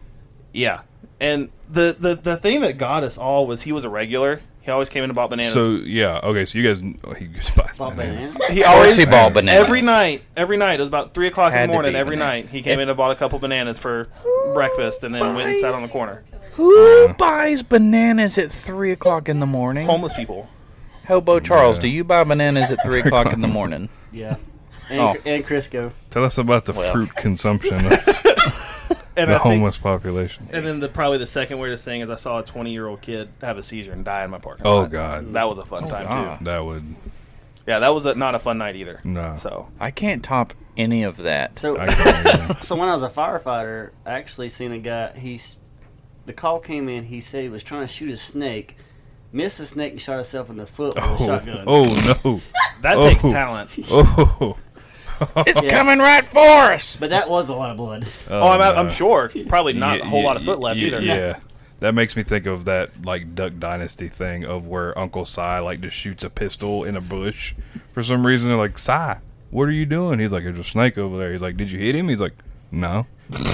[SPEAKER 4] yeah. And the, the the thing that got us all was he was a regular. He always came in and bought bananas.
[SPEAKER 5] So yeah, okay. So you guys, oh, he just buys
[SPEAKER 6] Ball
[SPEAKER 5] bananas.
[SPEAKER 6] banana.
[SPEAKER 4] he
[SPEAKER 3] Always
[SPEAKER 4] always
[SPEAKER 3] ball bananas.
[SPEAKER 4] every night, every night. It was about three o'clock
[SPEAKER 3] Had
[SPEAKER 4] in
[SPEAKER 3] to
[SPEAKER 4] the morning.
[SPEAKER 3] be
[SPEAKER 4] Every
[SPEAKER 3] banana.
[SPEAKER 4] night, he came in and bought a couple bananas for breakfast, and then went and sat on the corner.
[SPEAKER 3] Who buys bananas at three o'clock in the morning?
[SPEAKER 4] Homeless people.
[SPEAKER 3] Hobo Charles, do you buy bananas at three o'clock in the morning?
[SPEAKER 6] Yeah. And,
[SPEAKER 3] Oh.
[SPEAKER 6] and Crisco.
[SPEAKER 5] Tell us about the fruit consumption of
[SPEAKER 4] And
[SPEAKER 5] the
[SPEAKER 4] I think-
[SPEAKER 5] homeless population.
[SPEAKER 4] and then the probably the second weirdest thing is I saw a twenty year old kid have a seizure and die in my parking
[SPEAKER 5] Oh
[SPEAKER 4] lot.
[SPEAKER 5] God,
[SPEAKER 4] that was a fun time
[SPEAKER 3] God.
[SPEAKER 4] too.
[SPEAKER 5] that would
[SPEAKER 4] Yeah, that was a, not a fun night either.
[SPEAKER 5] no.
[SPEAKER 4] So
[SPEAKER 3] I can't top any of that.
[SPEAKER 6] So
[SPEAKER 5] I can't even-
[SPEAKER 6] So when I was a firefighter, I actually seen a guy. He's the call came in. He said he was trying to shoot a snake, missed the snake, and shot himself in the foot with a
[SPEAKER 5] oh,
[SPEAKER 6] shotgun.
[SPEAKER 5] oh no!
[SPEAKER 4] that
[SPEAKER 5] Oh.
[SPEAKER 4] takes talent.
[SPEAKER 5] Oh,
[SPEAKER 3] it's
[SPEAKER 6] Yeah.
[SPEAKER 3] coming right for us.
[SPEAKER 6] But that was a lot of blood.
[SPEAKER 4] Oh, I'm, I'm
[SPEAKER 5] no.
[SPEAKER 4] sure probably not
[SPEAKER 5] Yeah,
[SPEAKER 4] a whole
[SPEAKER 5] yeah,
[SPEAKER 4] lot of foot left
[SPEAKER 5] yeah,
[SPEAKER 4] either.
[SPEAKER 5] Yeah. That makes me think of that like Duck Dynasty thing of where Uncle Si like just shoots a pistol in a bush for some reason. They're like, Si, what are you doing? He's like, There's a snake over there. He's like, Did you hit him? He's like, No.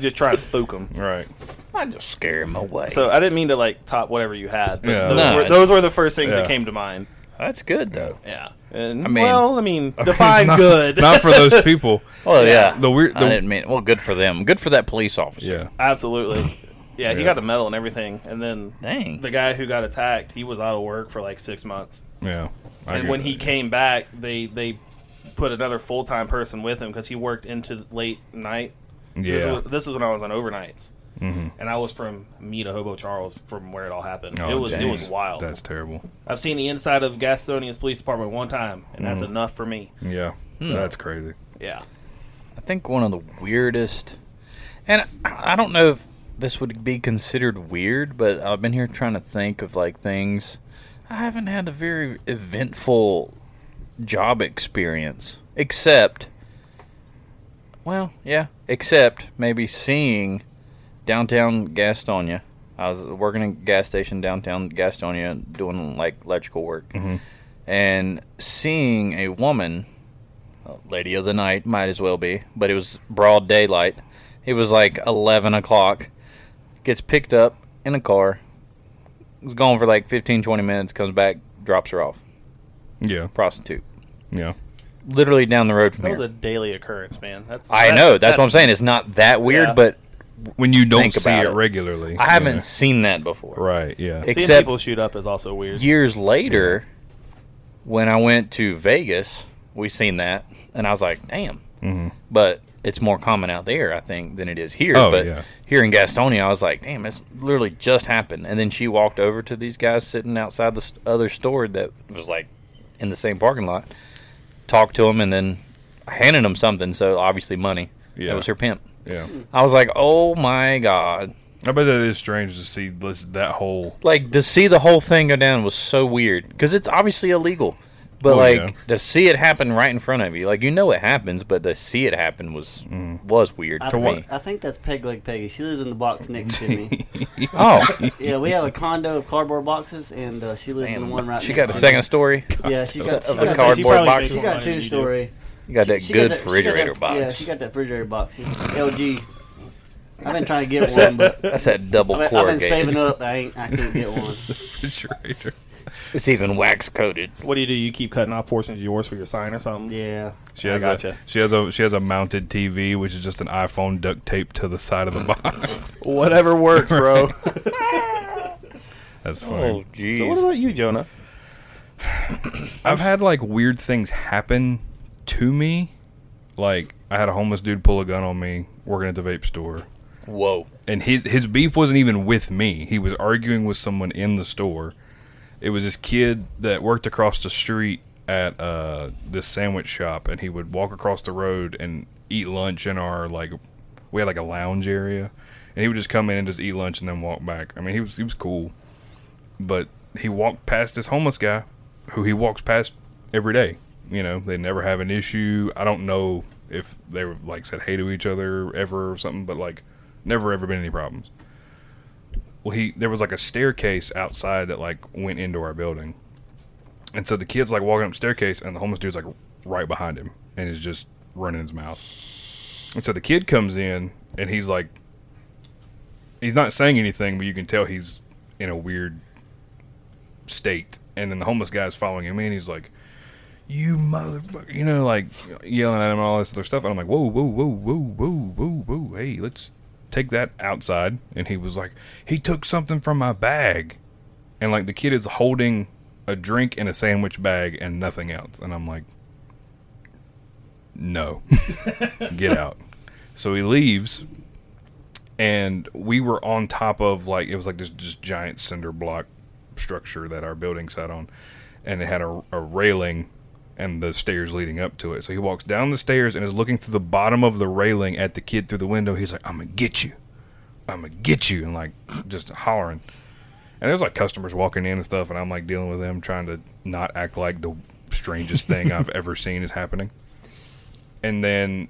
[SPEAKER 4] Just trying to spook them.
[SPEAKER 5] Right.
[SPEAKER 3] I just scare him away.
[SPEAKER 4] So I didn't mean to like top whatever you had. But
[SPEAKER 5] Yeah.
[SPEAKER 4] those,
[SPEAKER 5] No,
[SPEAKER 4] were,
[SPEAKER 3] it's-
[SPEAKER 4] those were the first things
[SPEAKER 5] Yeah.
[SPEAKER 4] that came to mind.
[SPEAKER 3] That's good though.
[SPEAKER 4] Yeah. And,
[SPEAKER 3] I mean-
[SPEAKER 4] well, I mean, define
[SPEAKER 5] not,
[SPEAKER 4] good.
[SPEAKER 5] not for those people.
[SPEAKER 3] Well, yeah.
[SPEAKER 5] The weird.
[SPEAKER 3] I
[SPEAKER 5] The,
[SPEAKER 3] didn't mean. Well, good for them. Good for that police officer.
[SPEAKER 5] yeah.
[SPEAKER 4] Absolutely. Yeah, he
[SPEAKER 5] Yeah.
[SPEAKER 4] got a medal and everything. And then
[SPEAKER 3] Dang.
[SPEAKER 4] the guy who got attacked, he was out of work for like six months.
[SPEAKER 5] Yeah. I
[SPEAKER 4] And
[SPEAKER 5] get
[SPEAKER 4] when
[SPEAKER 5] that.
[SPEAKER 4] he came back, they they put another full time person with him because he worked into late night. This,
[SPEAKER 5] Yeah.
[SPEAKER 4] was, this was when I was on overnights, mm-hmm. and I was from me to Hobo Charles from where it all happened.
[SPEAKER 5] Oh,
[SPEAKER 4] it was it
[SPEAKER 5] dang.
[SPEAKER 4] was wild.
[SPEAKER 5] That's terrible.
[SPEAKER 4] I've seen the inside of Gastonia's police department one time, and
[SPEAKER 3] Mm-hmm.
[SPEAKER 4] that's enough for me.
[SPEAKER 5] Yeah.
[SPEAKER 4] Hmm.
[SPEAKER 5] That's crazy.
[SPEAKER 4] Yeah.
[SPEAKER 3] I think one of the weirdest, and I I don't know if this would be considered weird, but I've been here trying to think of like things. I haven't had a very eventful job experience, except, well, yeah, except maybe seeing downtown Gastonia. I was working in a gas station downtown Gastonia doing like electrical work, and seeing a woman lady of the night might as well be but it was broad daylight it was like 11 o'clock gets picked up in a car was gone for like 15 20 minutes comes back drops her off
[SPEAKER 5] Yeah.
[SPEAKER 3] prostitute
[SPEAKER 5] Yeah.
[SPEAKER 3] literally down the road from
[SPEAKER 4] That was a
[SPEAKER 3] here.
[SPEAKER 4] daily occurrence, man. That's
[SPEAKER 3] I know. That's, what I'm saying. It's not that weird,
[SPEAKER 4] Yeah.
[SPEAKER 3] but
[SPEAKER 5] when you don't
[SPEAKER 3] Think
[SPEAKER 5] see
[SPEAKER 3] about
[SPEAKER 5] it,
[SPEAKER 3] it.
[SPEAKER 5] regularly.
[SPEAKER 3] I haven't
[SPEAKER 5] yeah.
[SPEAKER 3] seen that before.
[SPEAKER 5] Right. Yeah.
[SPEAKER 3] It-
[SPEAKER 4] Seeing
[SPEAKER 3] Except-
[SPEAKER 4] people shoot up is also weird.
[SPEAKER 3] Years later, when I went to Vegas, we seen that, and I was like, "Damn!"
[SPEAKER 5] Mm-hmm.
[SPEAKER 3] But it's more common out there, I think, than it is here.
[SPEAKER 5] Oh,
[SPEAKER 3] but
[SPEAKER 5] yeah.
[SPEAKER 3] here in Gastonia, I was like, "Damn!" It's literally just happened. And then she walked over to these guys sitting outside the s- other store that was like in the same parking lot, talked to them, and then handed them something. So obviously, money.
[SPEAKER 5] Yeah.
[SPEAKER 3] That was her pimp.
[SPEAKER 5] yeah.
[SPEAKER 3] I was like, "Oh my god!"
[SPEAKER 5] I bet that is strange to see this, that whole.
[SPEAKER 3] like to see the whole thing go down was so weird because it's obviously illegal but
[SPEAKER 5] Oh,
[SPEAKER 3] like
[SPEAKER 5] yeah.
[SPEAKER 3] to see it happen right in front of you like you know it happens but to see it happen was was weird
[SPEAKER 6] I,
[SPEAKER 3] to me
[SPEAKER 6] think, I think that's Peg Leg Peggy. She lives in the box next to me.
[SPEAKER 3] oh
[SPEAKER 6] yeah, we have a condo of cardboard boxes, and uh, she lives in the one right.
[SPEAKER 3] she
[SPEAKER 6] next
[SPEAKER 3] got the
[SPEAKER 6] to
[SPEAKER 3] second story
[SPEAKER 6] me. Yeah, she got
[SPEAKER 3] of
[SPEAKER 6] she
[SPEAKER 3] the
[SPEAKER 6] got-
[SPEAKER 3] cardboard
[SPEAKER 6] she probably-
[SPEAKER 4] boxes.
[SPEAKER 6] She got two story.
[SPEAKER 3] you got that
[SPEAKER 6] She
[SPEAKER 3] good
[SPEAKER 6] got that- she got that-
[SPEAKER 3] refrigerator box
[SPEAKER 6] Yeah, she got that refrigerator box. It's LG. I've been trying to get one, but
[SPEAKER 3] that's that double
[SPEAKER 6] I've been, I've been
[SPEAKER 3] corrugated
[SPEAKER 6] saving up. I ain't. I can't get one.
[SPEAKER 5] refrigerator.
[SPEAKER 3] it's even wax coated
[SPEAKER 4] What do you do? You keep cutting off portions of yours for your sign or something?
[SPEAKER 6] Yeah.
[SPEAKER 5] She
[SPEAKER 4] I
[SPEAKER 5] has a
[SPEAKER 4] gotcha.
[SPEAKER 5] she has a she has a mounted TV, which is just an iPhone duct taped to the side of the box.
[SPEAKER 4] Whatever works, bro.
[SPEAKER 5] That's funny.
[SPEAKER 3] oh
[SPEAKER 4] so what
[SPEAKER 3] jeez
[SPEAKER 4] about you, Jonah?
[SPEAKER 5] I've had like weird things happen to me. Like I had a homeless dude pull a gun on me working at the vape store.
[SPEAKER 3] whoa
[SPEAKER 5] And his his beef wasn't even with me. He was arguing with someone in the store. It was this kid that worked across the street at uh, this sandwich shop, and he would walk across the road and eat lunch in our like we had like a lounge area, and he would just come in and just eat lunch and then walk back. I mean, he was he was cool, but he walked past this homeless guy, who he walks past every day. You know, they never have an issue. I don't know if they were like said hey to each other ever or something, but like never ever been any problems. Well, he there was like a staircase outside that like went into our building, and so the kid's like walking up the staircase, and the homeless dude's like right behind him, and is just running his mouth. And so the kid comes in, and he's like, he's not saying anything, but you can tell he's in a weird state. And then the homeless guy's following him in. He's like, "You motherfucker!" You know, like yelling at him and all this other stuff. And I'm like, "Whoa, whoa, whoa, whoa, whoa, whoa, whoa! Hey, let's take that outside." And he was like, "He took something from my bag," and like the kid is holding a drink and a sandwich bag and nothing else. And I'm like, "No, get out." So he leaves, and we were on top of like it was like this just giant cinder block structure that our building sat on, and it had a, a railing and the stairs leading up to it. So he walks down the stairs and is looking through the bottom of the railing at the kid through the window. He's like, "I'm gonna get you, I'm gonna get you," and like just hollering. And there's like customers walking in and stuff, and I'm like dealing with them, trying to not act like the strangest thing I've ever seen is happening. And then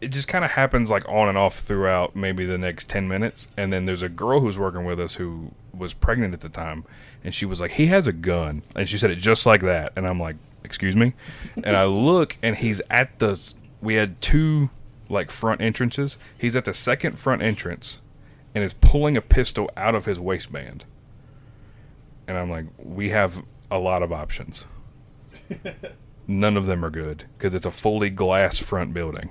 [SPEAKER 5] it just kind of happens like on and off throughout maybe the next 10 minutes and then there's a girl who's working with us who was pregnant at the time and she was like he has a gun and she said it just like that and i'm like excuse me and i look and he's at the s- we had two like front entrances he's at the second front entrance and is pulling a pistol out of his waistband and i'm like we have a lot of options none of them are good because it's a fully glass front building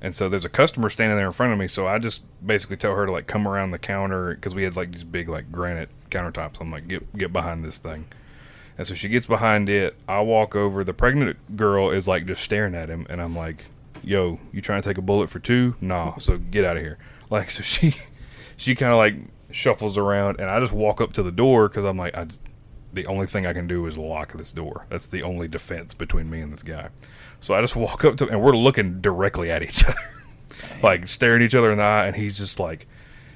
[SPEAKER 5] and so there's a customer standing there in front of me. So I just basically tell her to like come around the counter because we had like these big like granite countertops. I'm like, get get behind this thing. And so she gets behind it. I walk over. The pregnant girl is like just staring at him, and I'm like, "Yo, you trying to take a bullet for two? Nah. So get out of here." Like so she she kind of like shuffles around, and I just walk up to the door because I'm like, I, the only thing I can do is lock this door. That's the only defense between me and this guy. So I just walk up to and we're looking directly at each other, like staring each other in the eye, and he's just like,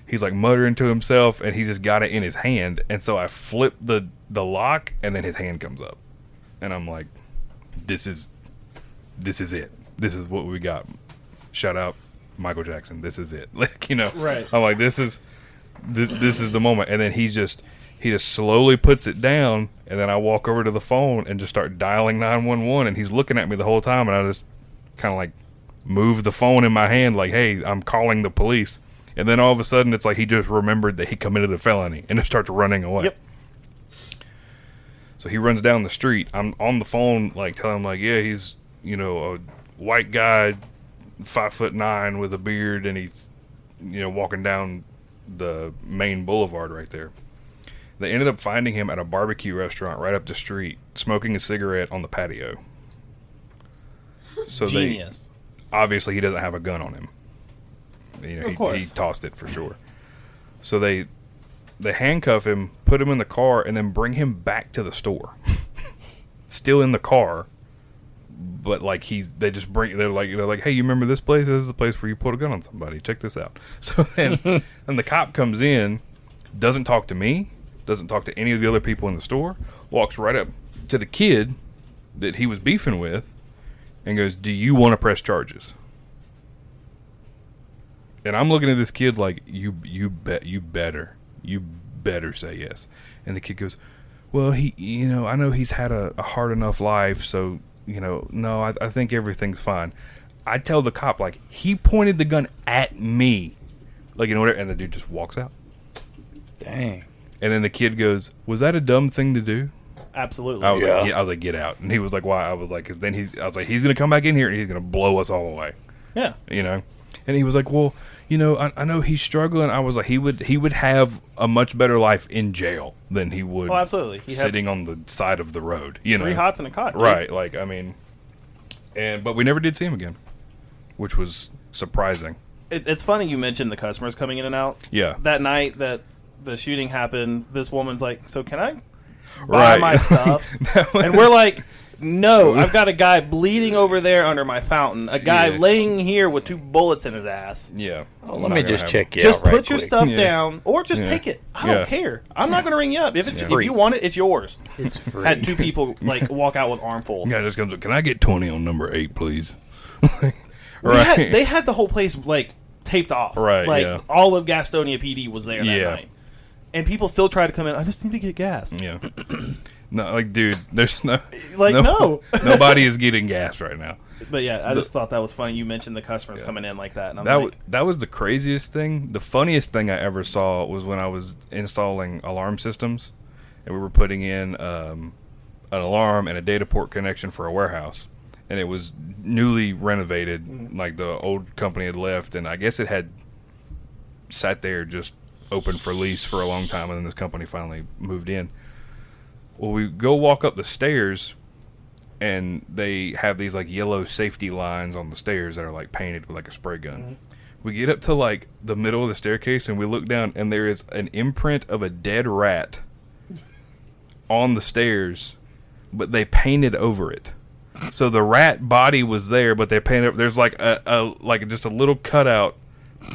[SPEAKER 5] he's like muttering to himself, and he just got it in his hand. And so I flip the the lock, and then his hand comes up, and I'm like, this is, this is it. This is what we got. Shout out Michael Jackson. This is it. Like you know,
[SPEAKER 4] Right.
[SPEAKER 5] I'm like, this is this this is the moment and then he just he just slowly puts it down and then i walk over to the phone and just start dialing 911 and he's looking at me the whole time and i just kind of like move the phone in my hand like hey i'm calling the police and then all of a sudden it's like he just remembered that he committed a felony and just starts running away
[SPEAKER 4] Yep.
[SPEAKER 5] So he runs down the street. I'm on the phone, like telling him, like, yeah, he's you know a white guy, five foot nine with a beard, and he's you know walking down the main boulevard right there. They ended up finding him at a barbecue restaurant right up the street, smoking a cigarette on the patio. So they
[SPEAKER 4] Genius.
[SPEAKER 5] obviously he doesn't have a gun on him. You know,
[SPEAKER 4] Of
[SPEAKER 5] he, he
[SPEAKER 4] course.
[SPEAKER 5] tossed it for sure. So they they handcuff him, put him in the car, and then bring him back to the store. Still in the car, but like he's they just bring they're like they're like, hey, you remember this place? This is the place where you pulled a gun on somebody. Check this out. So then, and the cop comes in, doesn't talk to me, doesn't talk to any of the other people in the store, walks right up to the kid that he was beefing with, and goes, "Do you want to press charges?" And I'm looking at this kid like, "You you bet you better you better say yes." And the kid goes, "Well, he you know I know he's had a, a hard enough life, so you know no I, I think everything's fine." I tell the cop like he pointed the gun at me, like in order, and the dude just walks out.
[SPEAKER 3] Dang.
[SPEAKER 5] And then the kid goes, "Was that a dumb thing to do?"
[SPEAKER 4] Absolutely.
[SPEAKER 5] I was
[SPEAKER 2] Yeah.
[SPEAKER 5] like, "Get- I was like, get out. And he was like, why? I was like, because then he's, I was like, he's gonna come back in here and he's gonna blow us all away,
[SPEAKER 4] yeah.
[SPEAKER 5] you know. And he was like, well, you know, I, I know he's struggling. I was like, he would, he would have a much better life in jail than he would,
[SPEAKER 4] Oh, absolutely. He had
[SPEAKER 5] sitting on the side of the road, you know,
[SPEAKER 4] three hots and a cot. dude.
[SPEAKER 5] right? Like, I mean, and but we never did see him again, which was surprising.
[SPEAKER 4] It, it's funny you mentioned the customers coming in and out.
[SPEAKER 5] Yeah,
[SPEAKER 4] That night that the shooting happened, this woman's like, "So can I buy
[SPEAKER 5] right.
[SPEAKER 4] my stuff?"
[SPEAKER 5] That was-
[SPEAKER 4] and we're like, "No, I've got a guy bleeding over there under my fountain. A guy
[SPEAKER 5] Yeah.
[SPEAKER 4] laying here with two bullets in his ass.
[SPEAKER 5] yeah. Not
[SPEAKER 3] Well, Oh, let me
[SPEAKER 5] gonna
[SPEAKER 3] just
[SPEAKER 5] happen.
[SPEAKER 3] check you
[SPEAKER 4] just
[SPEAKER 3] out right
[SPEAKER 4] put your
[SPEAKER 3] quick.
[SPEAKER 4] stuff
[SPEAKER 5] Yeah.
[SPEAKER 4] down, or just
[SPEAKER 5] Yeah.
[SPEAKER 4] take it. I
[SPEAKER 5] Yeah.
[SPEAKER 4] don't care. I'm not going to ring you up. If it's, if
[SPEAKER 5] free.
[SPEAKER 4] you want it, it's yours."
[SPEAKER 3] It's free.
[SPEAKER 4] Had two people like walk out with armfuls.
[SPEAKER 5] Yeah, just comes. up, Can I get twenty on number eight, please?
[SPEAKER 4] We had, they had the whole place like taped off.
[SPEAKER 5] Right,
[SPEAKER 4] Like
[SPEAKER 5] yeah.
[SPEAKER 4] all of Gastonia PD was there that
[SPEAKER 5] Yeah.
[SPEAKER 4] night. And people still try to come in. I just need to get gas.
[SPEAKER 5] Yeah. No, like, dude, there's no.
[SPEAKER 4] Like, no.
[SPEAKER 5] nobody is getting gas right now.
[SPEAKER 4] But yeah, I just thought that was funny. You mentioned the customers coming in like that, and I'm
[SPEAKER 5] That,
[SPEAKER 4] like,
[SPEAKER 5] w- that was the craziest thing. The funniest thing I ever saw was when I was installing alarm systems, and we were putting in um, an alarm and a data port connection for a warehouse. And it was newly renovated,
[SPEAKER 4] Mm-hmm.
[SPEAKER 5] like the old company had left, and I guess it had sat there just open for lease for a long time, and then this company finally moved in. Well, we go walk up the stairs, and they have these like yellow safety lines on the stairs that are like painted with like a spray gun. We get up to like the middle of the staircase, and we look down, and there is an imprint of a dead rat on the stairs, but they painted over it. So the rat body was there, but they painted. There's like a, a like just a little cutout,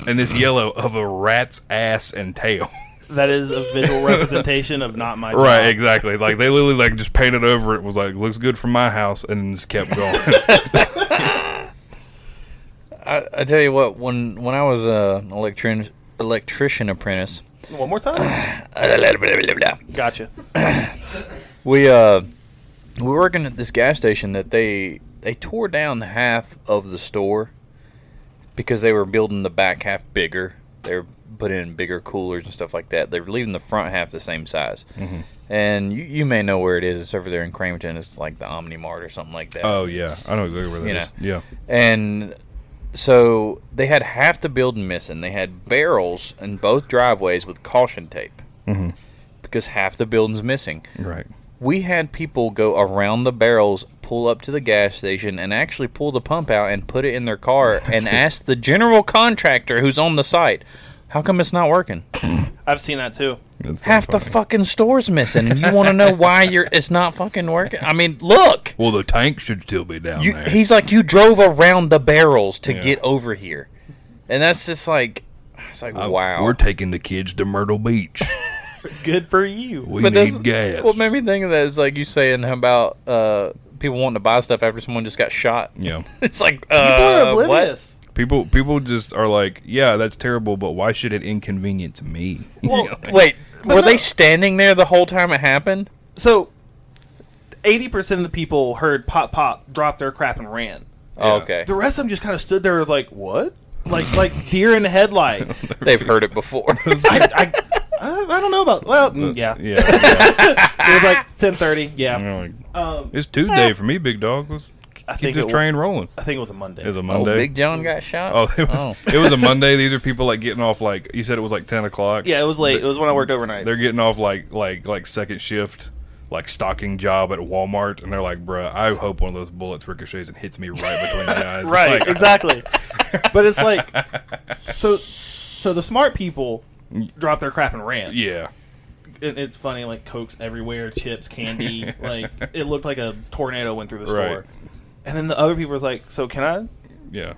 [SPEAKER 5] and this yellow of a rat's ass and tail.
[SPEAKER 4] that is a visual representation of not my
[SPEAKER 5] Right,
[SPEAKER 4] job.
[SPEAKER 5] exactly. Like they literally like just painted over it. Was like looks good for my house, and just kept going.
[SPEAKER 3] I, I tell you what, when when I was uh, an electrician electrician apprentice,
[SPEAKER 4] One more time. Gotcha.
[SPEAKER 3] we uh we were working at this gas station that they they tore down half of the store because they were building the back half bigger. They were putting in bigger coolers and stuff like that. They were leaving the front half the same size. Mm-hmm. And you, you may know where it is. It's over there in Cramerton. It's like the Omni Mart or something like that.
[SPEAKER 5] oh yeah, I know exactly where that
[SPEAKER 3] You
[SPEAKER 5] is.
[SPEAKER 3] know.
[SPEAKER 5] Yeah,
[SPEAKER 3] And so they had half the building missing. They had barrels in both driveways with caution tape
[SPEAKER 5] Mm-hmm.
[SPEAKER 3] because half the building's missing.
[SPEAKER 5] right.
[SPEAKER 3] We had people go around the barrels, pull up to the gas station, and actually pull the pump out and put it in their car and ask the general contractor who's on the site. How come it's not working?
[SPEAKER 4] I've seen that too.
[SPEAKER 5] That's so
[SPEAKER 3] Half the
[SPEAKER 5] funny.
[SPEAKER 3] fucking store's missing, and you want to know why you're it's not fucking working? I mean, look.
[SPEAKER 5] Well, the tank should still be down
[SPEAKER 3] You,
[SPEAKER 5] there.
[SPEAKER 3] he's like, you drove around the barrels to
[SPEAKER 5] Yeah.
[SPEAKER 3] get over here, and that's just like, it's like,
[SPEAKER 5] Uh,
[SPEAKER 3] wow.
[SPEAKER 5] We're taking the kids to Myrtle Beach.
[SPEAKER 4] Good for you.
[SPEAKER 5] We
[SPEAKER 3] But that's-
[SPEAKER 5] need gas.
[SPEAKER 3] What made me think of that is like you saying about uh, people wanting to buy stuff after someone just got shot.
[SPEAKER 5] yeah,
[SPEAKER 3] It's like
[SPEAKER 4] People are
[SPEAKER 3] uh, what?
[SPEAKER 4] oblivious.
[SPEAKER 5] people people just are like, yeah, that's terrible, but why should it inconvenience me?
[SPEAKER 4] Well,
[SPEAKER 3] Wait,
[SPEAKER 4] no.
[SPEAKER 3] were they standing there the whole time it happened?
[SPEAKER 4] so eighty percent of the people heard pop pop, dropped their crap and ran.
[SPEAKER 3] Oh, okay,
[SPEAKER 4] The rest of them just kind of stood there, was like, "What?" Like like deer in the headlights.
[SPEAKER 3] they've heard it before.
[SPEAKER 4] I, I, I eh, I don't know about. Well, mm, yeah.
[SPEAKER 5] Yeah. yeah.
[SPEAKER 4] It was like ten thirty.
[SPEAKER 5] You
[SPEAKER 4] Yeah,
[SPEAKER 5] know, like, it's Tuesday for me, big dog. Let's
[SPEAKER 4] I
[SPEAKER 5] keep
[SPEAKER 4] Um, think
[SPEAKER 5] this
[SPEAKER 4] it,
[SPEAKER 5] train rolling.
[SPEAKER 4] I think it was a Monday.
[SPEAKER 5] It was a
[SPEAKER 3] Oh,
[SPEAKER 5] Monday.
[SPEAKER 3] Big John got shot.
[SPEAKER 5] Oh, it was it was a Monday. These are people like getting off like you said it was like ten o'clock.
[SPEAKER 4] yeah, it was late. It was when I worked overnight.
[SPEAKER 5] They're getting off like like like second shift, like stocking job at Walmart, and they're like, "Bruh, I hope one of those bullets ricochets and hits me right between the eyes."
[SPEAKER 4] right,
[SPEAKER 5] Like,
[SPEAKER 4] exactly. but it's like, so, so the smart people drop their crap and ran.
[SPEAKER 5] Yeah,
[SPEAKER 4] and it's funny, like cokes everywhere, chips, candy. like it looked like a tornado went through the store.
[SPEAKER 5] Right.
[SPEAKER 4] And then the other people was like, "So can I?"
[SPEAKER 5] yeah.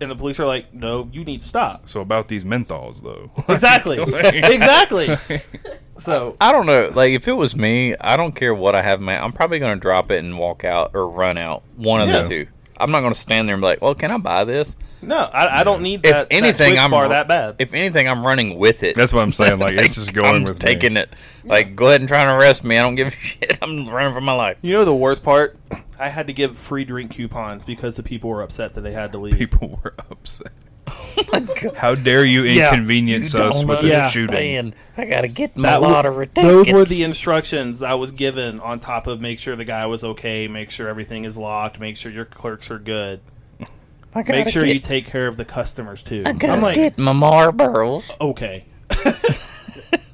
[SPEAKER 4] And the police are like, "No, you need to stop."
[SPEAKER 5] So about these menthols though,
[SPEAKER 4] Exactly, exactly. So
[SPEAKER 3] I don't know. Like, if it was me, I don't care what I have, man. I'm probably going to drop it and walk out or run out. One of
[SPEAKER 5] Yeah.
[SPEAKER 3] the two. I'm not going to stand there and be like, "Well, can I buy this?"
[SPEAKER 4] no, I, I don't need
[SPEAKER 3] If
[SPEAKER 4] that. that
[SPEAKER 3] anything,
[SPEAKER 4] Twix
[SPEAKER 3] I'm
[SPEAKER 4] bar that bad.
[SPEAKER 3] If anything, I'm running with it.
[SPEAKER 5] that's what I'm saying. Like it's just going
[SPEAKER 3] I'm
[SPEAKER 5] with
[SPEAKER 3] taking
[SPEAKER 5] me.
[SPEAKER 3] it. Like, go ahead and try and arrest me. I don't give a shit. I'm running for my life.
[SPEAKER 4] you know the worst part, I had to give free drink coupons because the people were upset that they had to leave.
[SPEAKER 5] People were upset. How dare you
[SPEAKER 4] Yeah.
[SPEAKER 5] inconvenience us with this
[SPEAKER 4] Yeah.
[SPEAKER 5] shooting?
[SPEAKER 7] Man, I gotta get my
[SPEAKER 4] That wa-
[SPEAKER 7] lottery
[SPEAKER 4] Those
[SPEAKER 7] ticket.
[SPEAKER 4] were the instructions I was given on top of make sure the guy was okay, make sure everything is locked, make sure your clerks are good,
[SPEAKER 7] I gotta
[SPEAKER 4] make sure
[SPEAKER 7] get,
[SPEAKER 4] you take care of the customers too.
[SPEAKER 7] I gotta
[SPEAKER 4] I'm like,
[SPEAKER 7] get my Marlboros.
[SPEAKER 4] okay.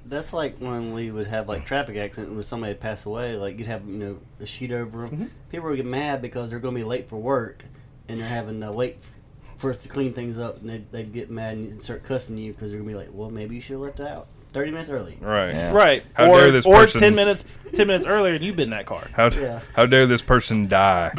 [SPEAKER 6] That's like when we would have like traffic accident when somebody had passed away. Like you'd have you know a sheet over them.
[SPEAKER 5] Mm-hmm.
[SPEAKER 6] People would get mad because they're going to be late for work and they're having to wait f- for us to clean things up, and they'd, they'd get mad and start cussing you because they're going to be like, "Well, maybe you should have left it out thirty minutes early."
[SPEAKER 5] Right.
[SPEAKER 4] Right.
[SPEAKER 5] How
[SPEAKER 4] or
[SPEAKER 5] dare this
[SPEAKER 4] or
[SPEAKER 5] person-
[SPEAKER 4] ten minutes ten minutes earlier and you've been in that car.
[SPEAKER 5] How,
[SPEAKER 6] Yeah.
[SPEAKER 5] how dare this person die?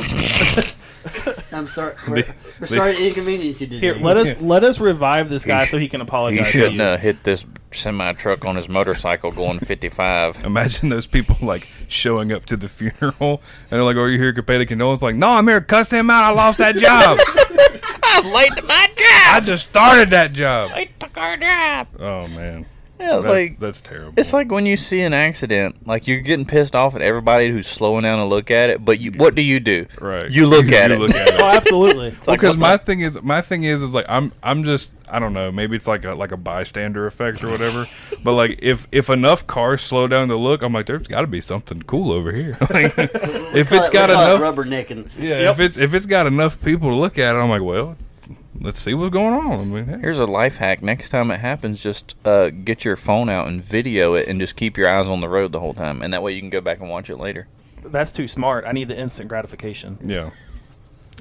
[SPEAKER 6] I'm sorry. We're, we're sorry to inconvenience you today.
[SPEAKER 4] Here, let us let us revive this guy so he can
[SPEAKER 3] He
[SPEAKER 4] apologize to
[SPEAKER 3] shouldn't
[SPEAKER 4] you.
[SPEAKER 3] have hit this semi truck on his motorcycle going 55.
[SPEAKER 5] Imagine those people like showing up to the funeral and they're like, "Oh, you here to pay the condolence?" Like, "No, I'm here to cuss him out. I lost that job.
[SPEAKER 7] I was late to my
[SPEAKER 5] I
[SPEAKER 7] job.
[SPEAKER 5] just started that job."
[SPEAKER 7] I took our job.
[SPEAKER 5] Oh man,
[SPEAKER 3] Yeah, it's
[SPEAKER 5] that's,
[SPEAKER 3] like
[SPEAKER 5] that's terrible.
[SPEAKER 3] It's like when you see an accident, like you're getting pissed off at everybody who's slowing down to look at it, but you, what do you do?
[SPEAKER 5] right?
[SPEAKER 3] You look at it.
[SPEAKER 5] look at it.
[SPEAKER 4] Oh, absolutely.
[SPEAKER 3] It's like,
[SPEAKER 5] because
[SPEAKER 3] what
[SPEAKER 5] my
[SPEAKER 3] the-
[SPEAKER 5] thing is my thing is is like I'm I'm just I don't know maybe it's like a like a bystander effect or whatever but like if if enough cars slow down to look I'm like there's got to be something cool over here like, if
[SPEAKER 6] Call
[SPEAKER 5] it's
[SPEAKER 6] it-
[SPEAKER 5] got
[SPEAKER 6] we call it
[SPEAKER 5] enough
[SPEAKER 6] rubbernecking.
[SPEAKER 5] yeah if it's if it's got enough people to look at it I'm like well let's see what's going on I mean hey.
[SPEAKER 3] here's a life hack. Next time it happens, just uh, get your phone out and video it, and just keep your eyes on the road the whole time, and that way you can go back and watch it later.
[SPEAKER 4] That's too smart. I need the instant gratification.
[SPEAKER 5] yeah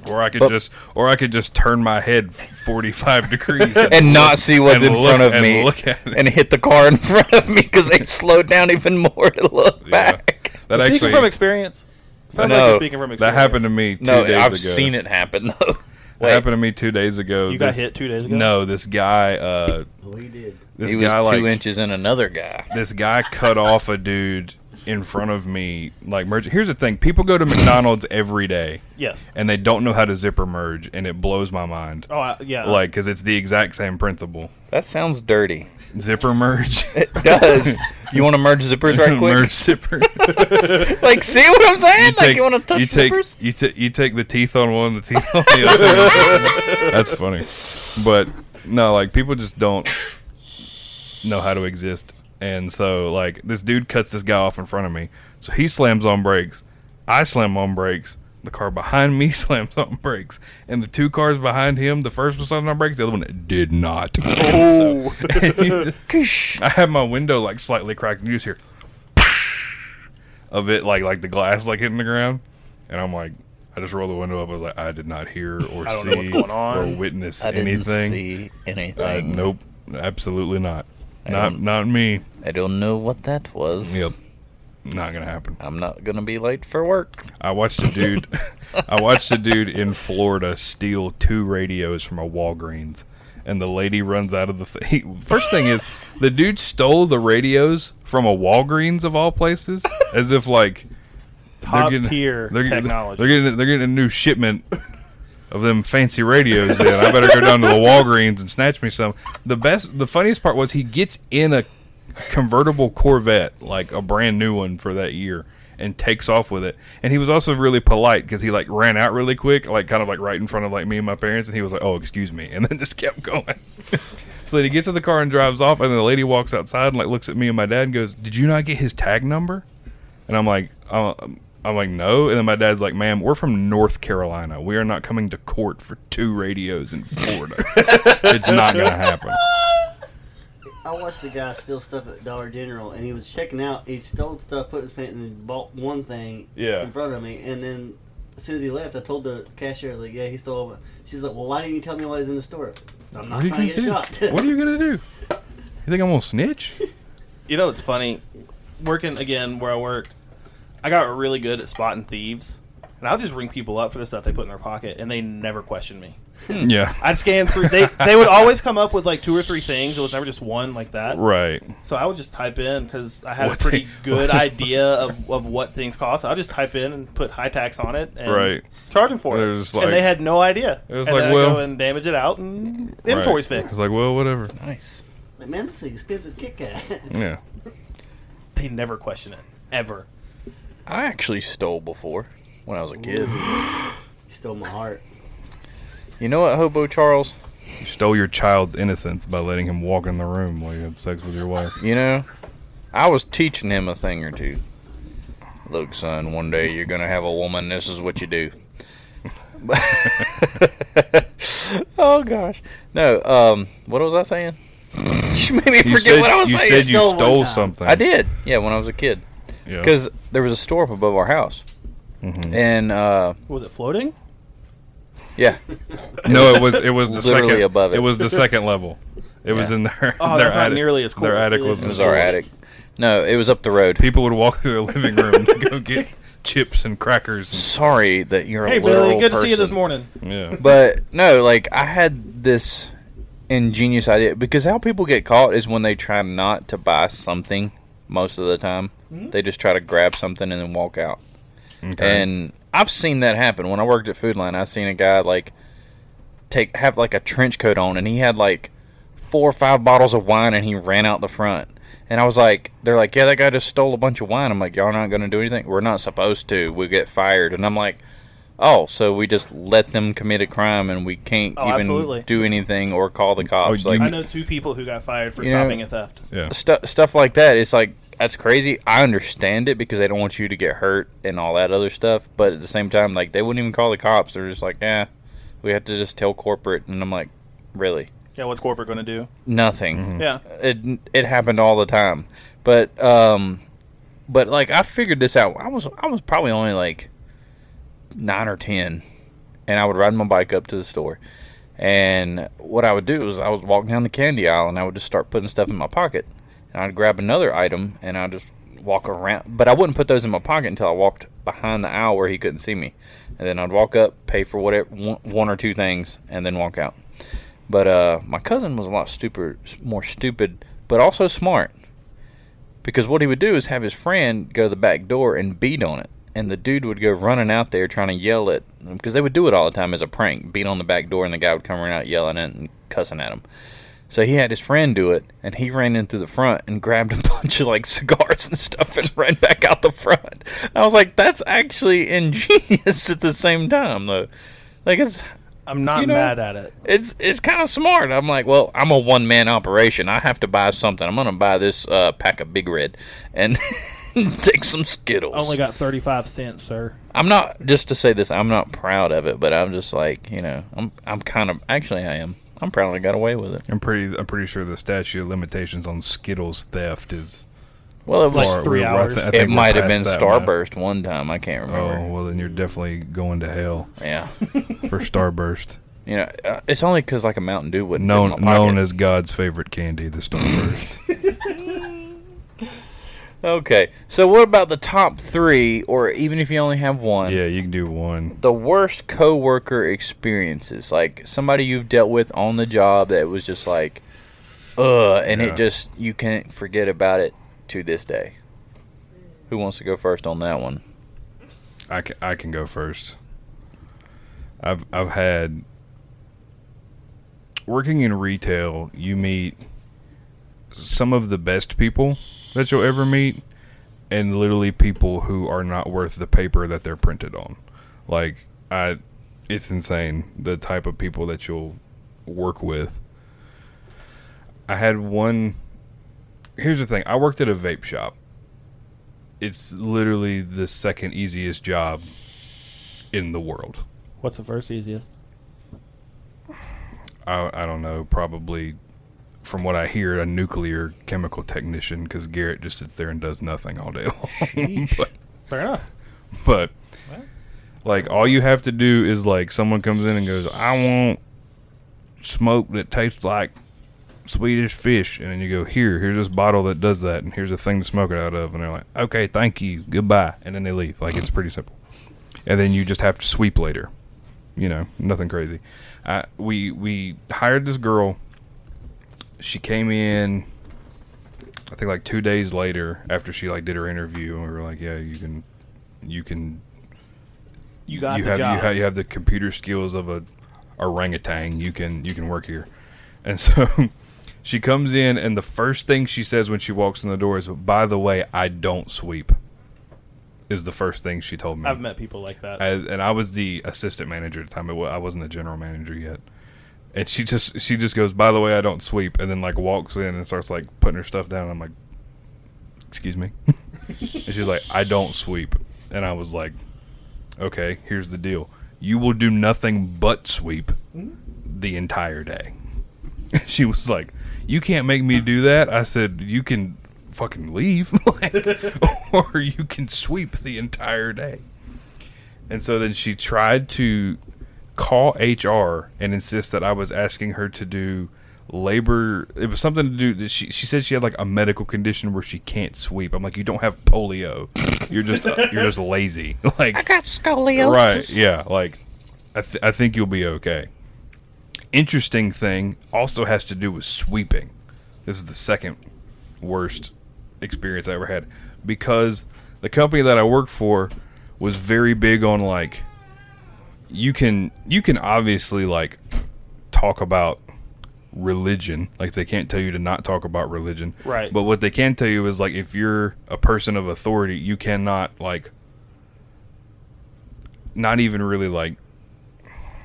[SPEAKER 5] or I could
[SPEAKER 3] But-
[SPEAKER 5] just or I could just turn my head 45 degrees
[SPEAKER 3] And not see what's
[SPEAKER 5] and
[SPEAKER 3] in
[SPEAKER 5] look-
[SPEAKER 3] front of
[SPEAKER 5] and
[SPEAKER 3] me,
[SPEAKER 5] look at it.
[SPEAKER 3] and hit the car in front of me because they slowed down even more to look
[SPEAKER 5] Yeah.
[SPEAKER 3] back.
[SPEAKER 5] that
[SPEAKER 4] speaking
[SPEAKER 5] actually
[SPEAKER 4] from experience. Sounds like
[SPEAKER 3] No,
[SPEAKER 4] you're speaking from
[SPEAKER 5] that
[SPEAKER 4] experience.
[SPEAKER 5] happened to me two
[SPEAKER 3] No,
[SPEAKER 5] days
[SPEAKER 3] I've
[SPEAKER 5] ago.
[SPEAKER 3] seen it happen though.
[SPEAKER 5] That happened to me two days ago.
[SPEAKER 4] You got
[SPEAKER 5] This-
[SPEAKER 4] hit two days ago?
[SPEAKER 5] No, this guy, uh,
[SPEAKER 6] Well, you did.
[SPEAKER 5] this
[SPEAKER 3] he was
[SPEAKER 5] guy, like
[SPEAKER 3] two inches in another guy.
[SPEAKER 5] this guy, cut off a dude in front of me. Like merge. Here's the thing: people go to McDonald's every day,
[SPEAKER 4] Yes.
[SPEAKER 5] and they don't know how to zipper merge, and it blows my mind.
[SPEAKER 4] Oh I,
[SPEAKER 3] Uh,
[SPEAKER 4] yeah.
[SPEAKER 5] Like, because it's the exact same principle.
[SPEAKER 3] That sounds dirty.
[SPEAKER 5] Zipper merge,
[SPEAKER 3] does. You want to merge zippers right quick?
[SPEAKER 5] merge zipper.
[SPEAKER 3] Like, see what I'm saying? like, you want to touch
[SPEAKER 5] you take,
[SPEAKER 3] zippers?
[SPEAKER 5] You, ta- you take the teeth on one, the teeth on the other. That's funny. But no, like people just don't know how to exist. And so like this dude cuts this guy off in front of me. So he slams on brakes. I slam on brakes. The car behind me slams on brakes. And the two cars behind him, the first one slammed on brakes, the other one did not. Oh. I had my window like slightly cracked and you just hear of it like like the glass like hitting the ground and i'm like i just rolled the window up i was like i did not hear or
[SPEAKER 4] don't
[SPEAKER 5] see
[SPEAKER 4] know what's going on.
[SPEAKER 5] or witness
[SPEAKER 3] I didn't
[SPEAKER 5] anything Uh,
[SPEAKER 3] see anything.
[SPEAKER 5] nope absolutely not not
[SPEAKER 3] don't-
[SPEAKER 5] not me
[SPEAKER 3] I don't know what that was.
[SPEAKER 5] yep not gonna happen
[SPEAKER 3] I'm not going to be late for work.
[SPEAKER 5] i watched a dude i watched a dude in florida steal two radios from a walgreens and the lady runs out of the thing. First thing is, the dude stole the radios from a Walgreens of all places, as if like
[SPEAKER 4] top tier technology.
[SPEAKER 5] They're getting they're getting a new shipment of them fancy radios. in. I better go down to the Walgreens and snatch me some. The best, the funniest part was he gets in a convertible Corvette, like a brand new one for that year, and takes off with it. And he was also really polite because he like ran out really quick, like kind of like right in front of like me and my parents, and he was like, "Oh, excuse me," and then just kept going. So then he gets in the car and drives off, and the lady walks outside and like looks at me and my dad and goes, "Did you not get his tag number?" And I'm like, uh, I'm like, no. And then my dad's like, ma'am, we're from North Carolina. We are not coming to court for two radios in Florida. it's not gonna happen.
[SPEAKER 6] I watched the guy steal stuff at Dollar General, and he was checking out. He stole stuff, put his pants, and then bought one thing
[SPEAKER 5] Yeah.
[SPEAKER 6] in front of me. And then as soon as he left, I told the cashier, like, "Yeah, he stole." all my-" She's like, "Well, why didn't you tell me why he's in the store?" 'Cause I'm not
[SPEAKER 5] What are you
[SPEAKER 6] trying
[SPEAKER 5] gonna
[SPEAKER 6] to get
[SPEAKER 5] do?
[SPEAKER 6] shot.
[SPEAKER 5] What are you gonna do? You think I'm gonna snitch?
[SPEAKER 4] You know, it's funny. Working again where I worked, I got really good at spotting thieves. And I'll just ring people up for the stuff they put in their pocket, and they never questioned me.
[SPEAKER 5] Hmm. yeah,
[SPEAKER 4] I'd scan through. They, they would always come up with like two or three things. It was never just one like that.
[SPEAKER 5] right.
[SPEAKER 4] So I would just type in because I had
[SPEAKER 5] What
[SPEAKER 4] a pretty
[SPEAKER 5] they-
[SPEAKER 4] good idea of, of what things cost. I'll just type in and put high tax on it and
[SPEAKER 5] Right.
[SPEAKER 4] charge them for
[SPEAKER 5] They're
[SPEAKER 4] it.
[SPEAKER 5] just like-
[SPEAKER 4] and they had no idea.
[SPEAKER 5] It was
[SPEAKER 4] and
[SPEAKER 5] like,
[SPEAKER 4] then I
[SPEAKER 5] well-
[SPEAKER 4] go and damage it out and the
[SPEAKER 5] right.
[SPEAKER 4] inventory's
[SPEAKER 5] It's
[SPEAKER 4] fixed.
[SPEAKER 5] like, well, whatever.
[SPEAKER 3] Nice.
[SPEAKER 6] Like, man, this is an expensive Kit Kat.
[SPEAKER 5] Yeah.
[SPEAKER 4] They never question it ever.
[SPEAKER 3] I actually stole before when I was a kid.
[SPEAKER 6] he stole my heart.
[SPEAKER 3] You know what, Hobo Charles?
[SPEAKER 5] You stole your child's innocence by letting him walk in the room while you have sex with your wife.
[SPEAKER 3] You know, I was teaching him a thing or two. Look, son, one day you're gonna have a woman. This is what you do. oh gosh, no. Um, what was I saying? you made me
[SPEAKER 5] You
[SPEAKER 3] forget
[SPEAKER 5] said
[SPEAKER 3] what I was
[SPEAKER 5] you,
[SPEAKER 3] saying.
[SPEAKER 5] said you
[SPEAKER 6] Stole one
[SPEAKER 5] stole
[SPEAKER 6] time.
[SPEAKER 5] something.
[SPEAKER 3] I did. Yeah, when I was a kid,
[SPEAKER 5] Yeah.
[SPEAKER 3] because there was a store up above our house, and uh,
[SPEAKER 4] Was it floating?
[SPEAKER 3] yeah,
[SPEAKER 5] No, it was it was the
[SPEAKER 3] Literally
[SPEAKER 5] second
[SPEAKER 3] above it.
[SPEAKER 5] it was the second level. It was
[SPEAKER 3] Yeah.
[SPEAKER 5] in their
[SPEAKER 4] Oh,
[SPEAKER 5] their
[SPEAKER 4] that's not
[SPEAKER 5] attic.
[SPEAKER 4] nearly as cool.
[SPEAKER 5] Their attic
[SPEAKER 6] Yeah.
[SPEAKER 5] was
[SPEAKER 3] it was our attic. No, it was up the road.
[SPEAKER 5] People would walk through the living room to go get chips and crackers.
[SPEAKER 3] Sorry that you're
[SPEAKER 4] Hey,
[SPEAKER 3] a literal
[SPEAKER 4] Billy, good to see you this
[SPEAKER 3] person.
[SPEAKER 4] morning.
[SPEAKER 5] And, yeah,
[SPEAKER 3] But no, like I had this ingenious idea because how people get caught is when they try not to buy something most of the time. They just try to grab something and then walk out.
[SPEAKER 5] Okay.
[SPEAKER 3] And I've seen that happen. When I worked at Food Line, I seen a guy like take have like a trench coat on and he had like four or five bottles of wine and he ran out the front. And I was like, they're like, yeah, that guy just stole a bunch of wine. I'm like, y'all not going to do anything? We're not supposed to. We get fired. And I'm like, oh, so we just let them commit a crime and we can't
[SPEAKER 4] Oh,
[SPEAKER 3] even
[SPEAKER 4] absolutely.
[SPEAKER 3] do anything or call the cops.
[SPEAKER 5] you
[SPEAKER 3] like,
[SPEAKER 4] I know two people who got fired for
[SPEAKER 3] You know-
[SPEAKER 4] stopping a theft.
[SPEAKER 5] yeah.
[SPEAKER 3] stu- stuff like that. It's like that's crazy. I understand it because they don't want you to get hurt and all that other stuff. But at the same time, like they wouldn't even call the cops. They're just like, nah, we have to just tell corporate. And I'm like, really,
[SPEAKER 4] Yeah, what's corporate going to do?
[SPEAKER 3] nothing.
[SPEAKER 4] Yeah.
[SPEAKER 3] It it happened all the time. But um, but like I figured this out. I was I was probably only like nine or ten, and I would ride my bike up to the store. And what I would do is I would walk down the candy aisle and I would just start putting stuff in my pocket. And I'd grab another item and I'd just walk around. But I wouldn't put those in my pocket until I walked behind the aisle where he couldn't see me. And then I'd walk up, pay for whatever one one or two things, and then walk out. But uh, my cousin was a lot stupider, more stupid, but also smart. Because what he would do is have his friend go to the back door and beat on it. And the dude would go running out there trying to yell at because they would do it all the time as a prank beat on the back door, and the guy would come running out yelling at it and cussing at him. So he had his friend do it, and he ran in through the front and grabbed a bunch of like cigars and stuff and ran back out the front. I was like, that's actually ingenious at the same time, though. Like, it's
[SPEAKER 4] I'm not
[SPEAKER 3] You know-
[SPEAKER 4] mad at it.
[SPEAKER 3] it's it's kind of smart. I'm like, well, I'm a one man operation. I have to buy something. I'm gonna buy this uh, pack of Big Red and take some Skittles.
[SPEAKER 5] Oh
[SPEAKER 4] Only got 35 cents, sir.
[SPEAKER 3] I'm not just to say this. I'm not proud of it, but I'm just like you know, I'm I'm kind of actually I am. I'm proud I got away with it.
[SPEAKER 5] I'm pretty I'm pretty sure the statute of limitations on Skittles theft is
[SPEAKER 3] Well, it was.
[SPEAKER 5] far-
[SPEAKER 4] three
[SPEAKER 5] we're- I
[SPEAKER 4] hours.
[SPEAKER 5] think we're
[SPEAKER 3] it might have
[SPEAKER 5] past
[SPEAKER 3] been
[SPEAKER 5] that
[SPEAKER 3] Starburst one time. I can't
[SPEAKER 5] now.
[SPEAKER 3] remember.
[SPEAKER 5] Oh well, then you're definitely going to hell
[SPEAKER 3] Yeah,
[SPEAKER 5] for Starburst,
[SPEAKER 3] you know, uh, it's only because like a Mountain Dew wouldn't fit in my
[SPEAKER 5] known known
[SPEAKER 3] pocket.
[SPEAKER 5] as God's favorite candy, the Starburst.
[SPEAKER 3] Okay, so what about the top three, or even if you only have one?
[SPEAKER 5] yeah, you can do one.
[SPEAKER 3] the worst coworker experiences like somebody you've dealt with on the job that was just like uh and
[SPEAKER 5] Yeah.
[SPEAKER 3] it just you can't forget about it to this day who wants to go first on that one
[SPEAKER 5] I can, I can go first. I've I've had working in retail, you meet some of the best people that you'll ever meet and literally people who are not worth the paper that they're printed on. Like I it's insane the type of people that you'll work with. I had one. Here's the thing. I worked at a vape shop. It's literally the second easiest job in the world.
[SPEAKER 4] What's the first easiest?
[SPEAKER 5] I, I don't know. Probably, from what I hear, a nuclear chemical technician because Garrett just sits there and does nothing all day long. but,
[SPEAKER 4] Fair enough.
[SPEAKER 5] but like, all you have to do is like someone comes in and goes, "I want smoke that tastes like Swedish fish," and then you go, "Here, here's this bottle that does that, and here's a thing to smoke it out of," and they're like, "Okay, thank you, goodbye," and then they leave. Like, it's pretty simple. And then you just have to sweep later. You know, nothing crazy. I, we we hired this girl. She came in. I think like two days later, after she like did her interview, and we were like, "Yeah, you can, you can
[SPEAKER 4] You got
[SPEAKER 5] you
[SPEAKER 4] the
[SPEAKER 5] have
[SPEAKER 4] job.
[SPEAKER 5] you have you have the computer skills of a orangutan. You can you can work here. And so she comes in and the first thing she says when she walks in the door is by the way, I don't sweep. Is the first thing she told me.
[SPEAKER 4] I've met people like that.
[SPEAKER 5] As- and I was the assistant manager at the time. It wa- I wasn't the general manager yet. And she just she just goes, "By the way, I don't sweep," and then like walks in and starts like putting her stuff down. I'm like, "Excuse me," and she's like, "I don't sweep," and I was like, "Okay, here's the deal: you will do nothing but sweep the entire day." she was like, "You can't make me do that." I said, "You can fucking leave, like, or you can sweep the entire day." And so then she tried to call HR and insist that I was asking her to do labor. It was something to do. That she she said she had like a medical condition where she can't sweep. I'm like, you don't have polio. You're just you're just lazy. Like
[SPEAKER 7] I got scoliosis.
[SPEAKER 5] Right. Yeah. Like, I, th- I think you'll be okay. Interesting thing also has to do with sweeping. This is the second worst experience I ever had because the company that I worked for was very big on like you can you can obviously like talk about religion like they can't tell you to not talk about religion
[SPEAKER 4] Right.
[SPEAKER 5] but what they can tell you is like if you're a person of authority you cannot like not even really like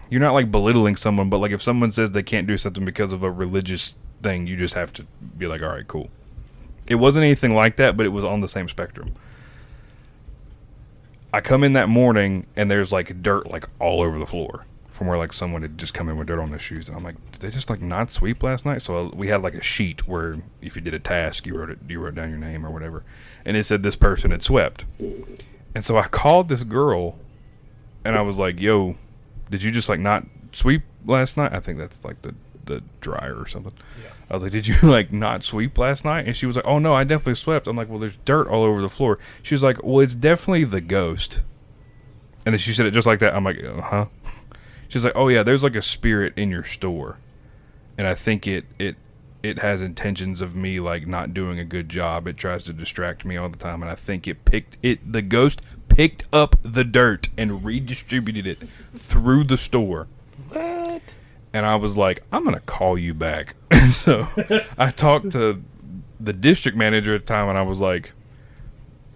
[SPEAKER 5] you're not like belittling someone, but like if someone says they can't do something because of a religious thing, you just have to be like, all right, cool. It wasn't anything like that, but it was on the same spectrum. I come in that morning and there's like dirt like all over the floor from where like someone had just come in with dirt on their shoes, and I'm like, did they just like not sweep last night? So uh, we had like a sheet where if you did a task, you wrote it, you wrote down your name or whatever, and it said this person had swept. And so I called this girl and I was like, "Yo, did you just like not sweep last night?" I think that's like the the dryer or something. I was like, "Did you like not sweep last night?" And she was like, "Oh no, I definitely swept." I'm like, "Well, there's dirt all over the floor." She was like, "Well, it's definitely the ghost." And then she said it just like that. I'm like, uh, "Huh?" She's like, "Oh yeah, there's like a spirit in your store." And I think it it it has intentions of me like not doing a good job. It tries to distract me all the time and I think it picked it the ghost picked up the dirt and redistributed it through the store.
[SPEAKER 4] What?
[SPEAKER 5] And I was like, I'm gonna call you back. so I talked to the district manager at the time and I was like,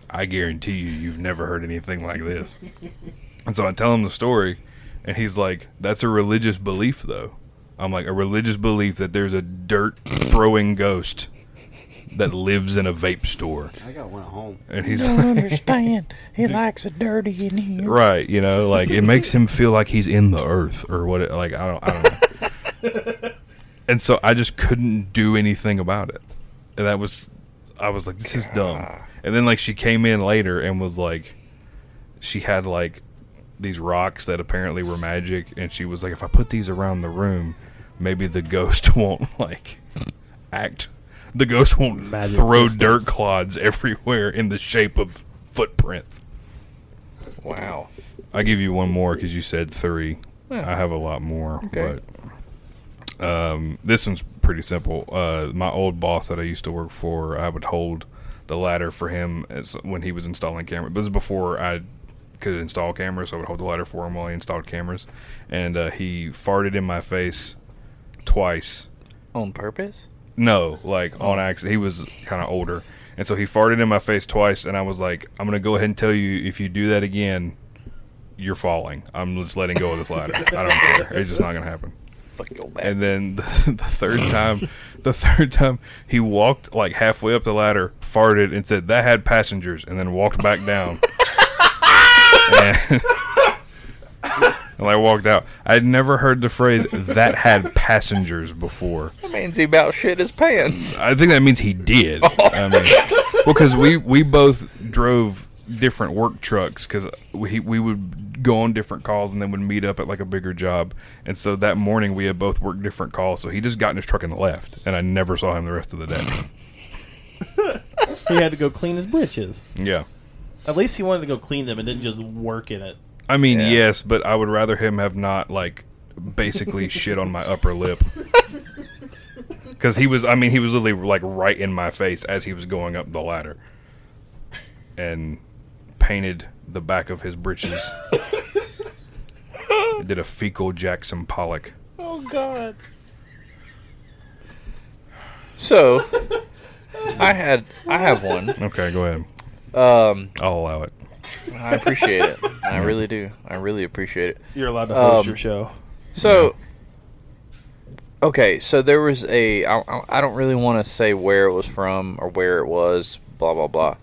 [SPEAKER 5] I guarantee you you've never heard anything like this. And so I tell him the story, and he's like, "That's a religious belief, though." I'm like, "A religious belief that there's a dirt throwing ghost that lives in a vape store,"
[SPEAKER 6] I got one at home.
[SPEAKER 5] and he's
[SPEAKER 7] I don't
[SPEAKER 5] like,
[SPEAKER 7] understand. He likes it dirty in here.
[SPEAKER 5] "Right, you know, like it makes him feel like he's in the earth or what? It, like I don't, I don't know." and so I just couldn't do anything about it, and that was, I was like, "This is dumb." And then like she came in later and was like, she had like these rocks that apparently were magic and she was like if i put these around the room maybe the ghost won't like act the ghost won't
[SPEAKER 4] Magic
[SPEAKER 5] throw
[SPEAKER 4] crystals.
[SPEAKER 5] dirt clods everywhere in the shape of footprints wow i give you one more because you said three i have a lot more but um, this one's pretty simple uh, my old boss that i used to work for i would hold the ladder for him as when he was installing camera but this is before i could install cameras. So I would hold the ladder for him while he installed cameras. And uh, he farted in my face twice.
[SPEAKER 3] On purpose?
[SPEAKER 5] No, like on accident. He was kind of older. And so he farted in my face twice. And I was like, I'm going to go ahead and tell you if you do that again, you're falling. I'm just letting go of this ladder. I don't care. It's just not going to happen.
[SPEAKER 3] fuck your back.
[SPEAKER 5] And then the, the third time, the third time he walked like halfway up the ladder, farted, and said that had passengers, and then walked back down. and, and I walked out. I'd never heard the phrase that had passengers before.
[SPEAKER 3] that means he about shit his pants.
[SPEAKER 5] I think that means he did. I mean, well, because we we both drove different work trucks because we we would go on different calls and then would meet up at like a bigger job. And so that morning we had both worked different calls. So he just got in his truck and left, and I never saw him the rest of the day.
[SPEAKER 4] He had to go clean his britches.
[SPEAKER 5] yeah.
[SPEAKER 4] At least he wanted to go clean them and didn't just work in it.
[SPEAKER 5] I mean, yes, but I would rather him have not like basically shit on my upper lip. Cuz he was I mean, he was literally like right in my face as he was going up the ladder. And painted the back of his britches. Did a fecal Jackson Pollock.
[SPEAKER 7] Oh, God.
[SPEAKER 3] So I had I have one.
[SPEAKER 5] Okay, go ahead.
[SPEAKER 3] Um,
[SPEAKER 5] I'll allow it.
[SPEAKER 3] I appreciate it. I really do. I really appreciate it.
[SPEAKER 4] You're allowed to host
[SPEAKER 3] Um,
[SPEAKER 4] your show.
[SPEAKER 3] So, okay, so there was a. I, I- I don't really want to say where it was from or where it was, blah, blah, blah.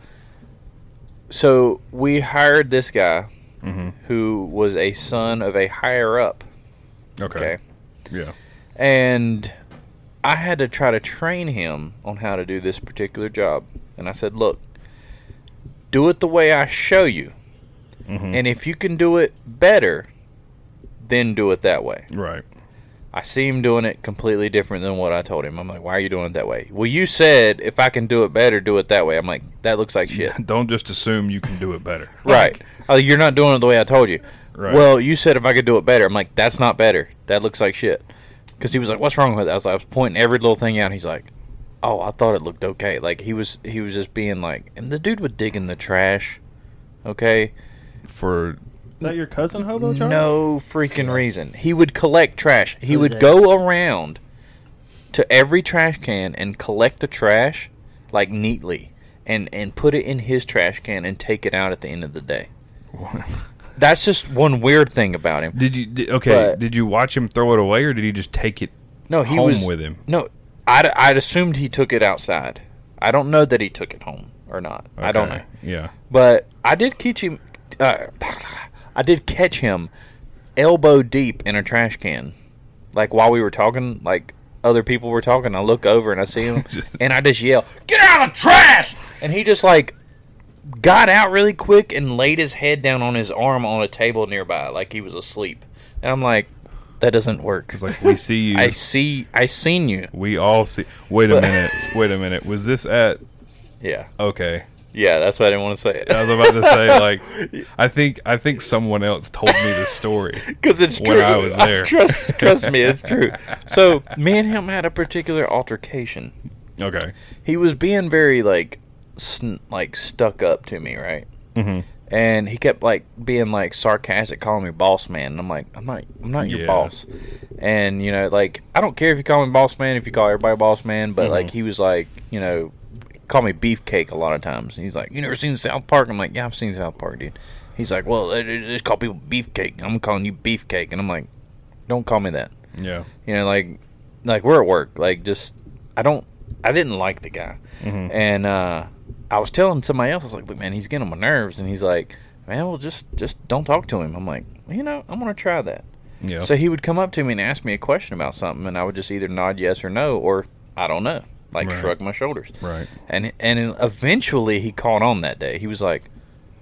[SPEAKER 3] So, we hired this guy who was a son of a higher up,
[SPEAKER 5] Okay.
[SPEAKER 3] okay?
[SPEAKER 5] Yeah.
[SPEAKER 3] And I had to try to train him on how to do this particular job. And I said, look, do it the way I show you. And if you can do it better, then do it that way.
[SPEAKER 5] Right.
[SPEAKER 3] I see him doing it completely different than what I told him. I'm like, why are you doing it that way? Well, you said if I can do it better, do it that way. I'm like, that looks like shit.
[SPEAKER 5] Don't just assume you can do it better.
[SPEAKER 3] right. I was like, You're not doing it the way I told you.
[SPEAKER 5] Right.
[SPEAKER 3] Well, you said if I could do it better. I'm like, that's not better. That looks like shit. Because he was like, what's wrong with it? I was like, I was pointing every little thing out. He's like, oh, I thought it looked okay. Like he was, he was just being like, and the dude would dig in the trash. Okay.
[SPEAKER 5] For
[SPEAKER 4] Is that your cousin, Hobo Charlie?
[SPEAKER 3] No freaking reason. He would collect trash. He
[SPEAKER 6] Who's
[SPEAKER 3] would
[SPEAKER 6] that?
[SPEAKER 3] go around to every trash can and collect the trash like neatly and and put it in his trash can and take it out at the end of the day. That's just one weird thing about him.
[SPEAKER 5] Did you did, okay,
[SPEAKER 3] But-
[SPEAKER 5] did you watch him throw it away or did he just take it
[SPEAKER 3] No, he
[SPEAKER 5] home
[SPEAKER 3] was
[SPEAKER 5] with him?
[SPEAKER 3] No, I'd, I'd assumed he took it outside. I don't know that he took it home or not. I don't know.
[SPEAKER 5] Okay, Yeah.
[SPEAKER 3] But I did catch him. Uh, I did catch him elbow deep in a trash can. Like while we were talking, like other people were talking, I look over and I see him, and I just yell, "Get out of trash!" And he just like got out really quick and laid his head down on his arm on a table nearby, like he was asleep. And I'm like, "That doesn't work."
[SPEAKER 5] It's like we see you.
[SPEAKER 3] I see, I seen you.
[SPEAKER 5] we all see. Wait a minute. Wait a minute. Was this at?
[SPEAKER 3] Yeah,
[SPEAKER 5] Okay.
[SPEAKER 3] yeah, that's why I didn't want to say it
[SPEAKER 5] I was about to say like, I think I think someone else told me the story.
[SPEAKER 3] because it's
[SPEAKER 5] when
[SPEAKER 3] true.
[SPEAKER 5] I was there.
[SPEAKER 3] trust, trust me, it's true. So me and him had a particular altercation.
[SPEAKER 5] Okay.
[SPEAKER 3] He was being very like, sn- like stuck up to me, right? Mm-hmm. And he kept like being like sarcastic, calling me boss man. And I'm like, I'm not, I'm not your
[SPEAKER 5] Yeah.
[SPEAKER 3] boss. And you know, like I don't care if you call me boss man, if you call everybody boss man, but like he was like, you know, call me beefcake a lot of times. And he's like, you never seen South Park? I'm like, yeah, I've seen South Park, dude. He's like, well, they- they just call people beefcake. I'm calling you beefcake, and I'm like, don't call me that
[SPEAKER 5] Yeah.
[SPEAKER 3] you know like like we're at work like just i don't i didn't like the guy
[SPEAKER 5] Mm-hmm.
[SPEAKER 3] and uh i was telling somebody else i was like look man he's getting on my nerves and he's like man well just just don't talk to him i'm like well, you know i'm gonna try that
[SPEAKER 5] Yeah.
[SPEAKER 3] so he would come up to me and ask me a question about something and i would just either nod yes or no or i don't know like
[SPEAKER 5] Right.
[SPEAKER 3] shrug my shoulders
[SPEAKER 5] Right.
[SPEAKER 3] and and eventually he caught on that day he was like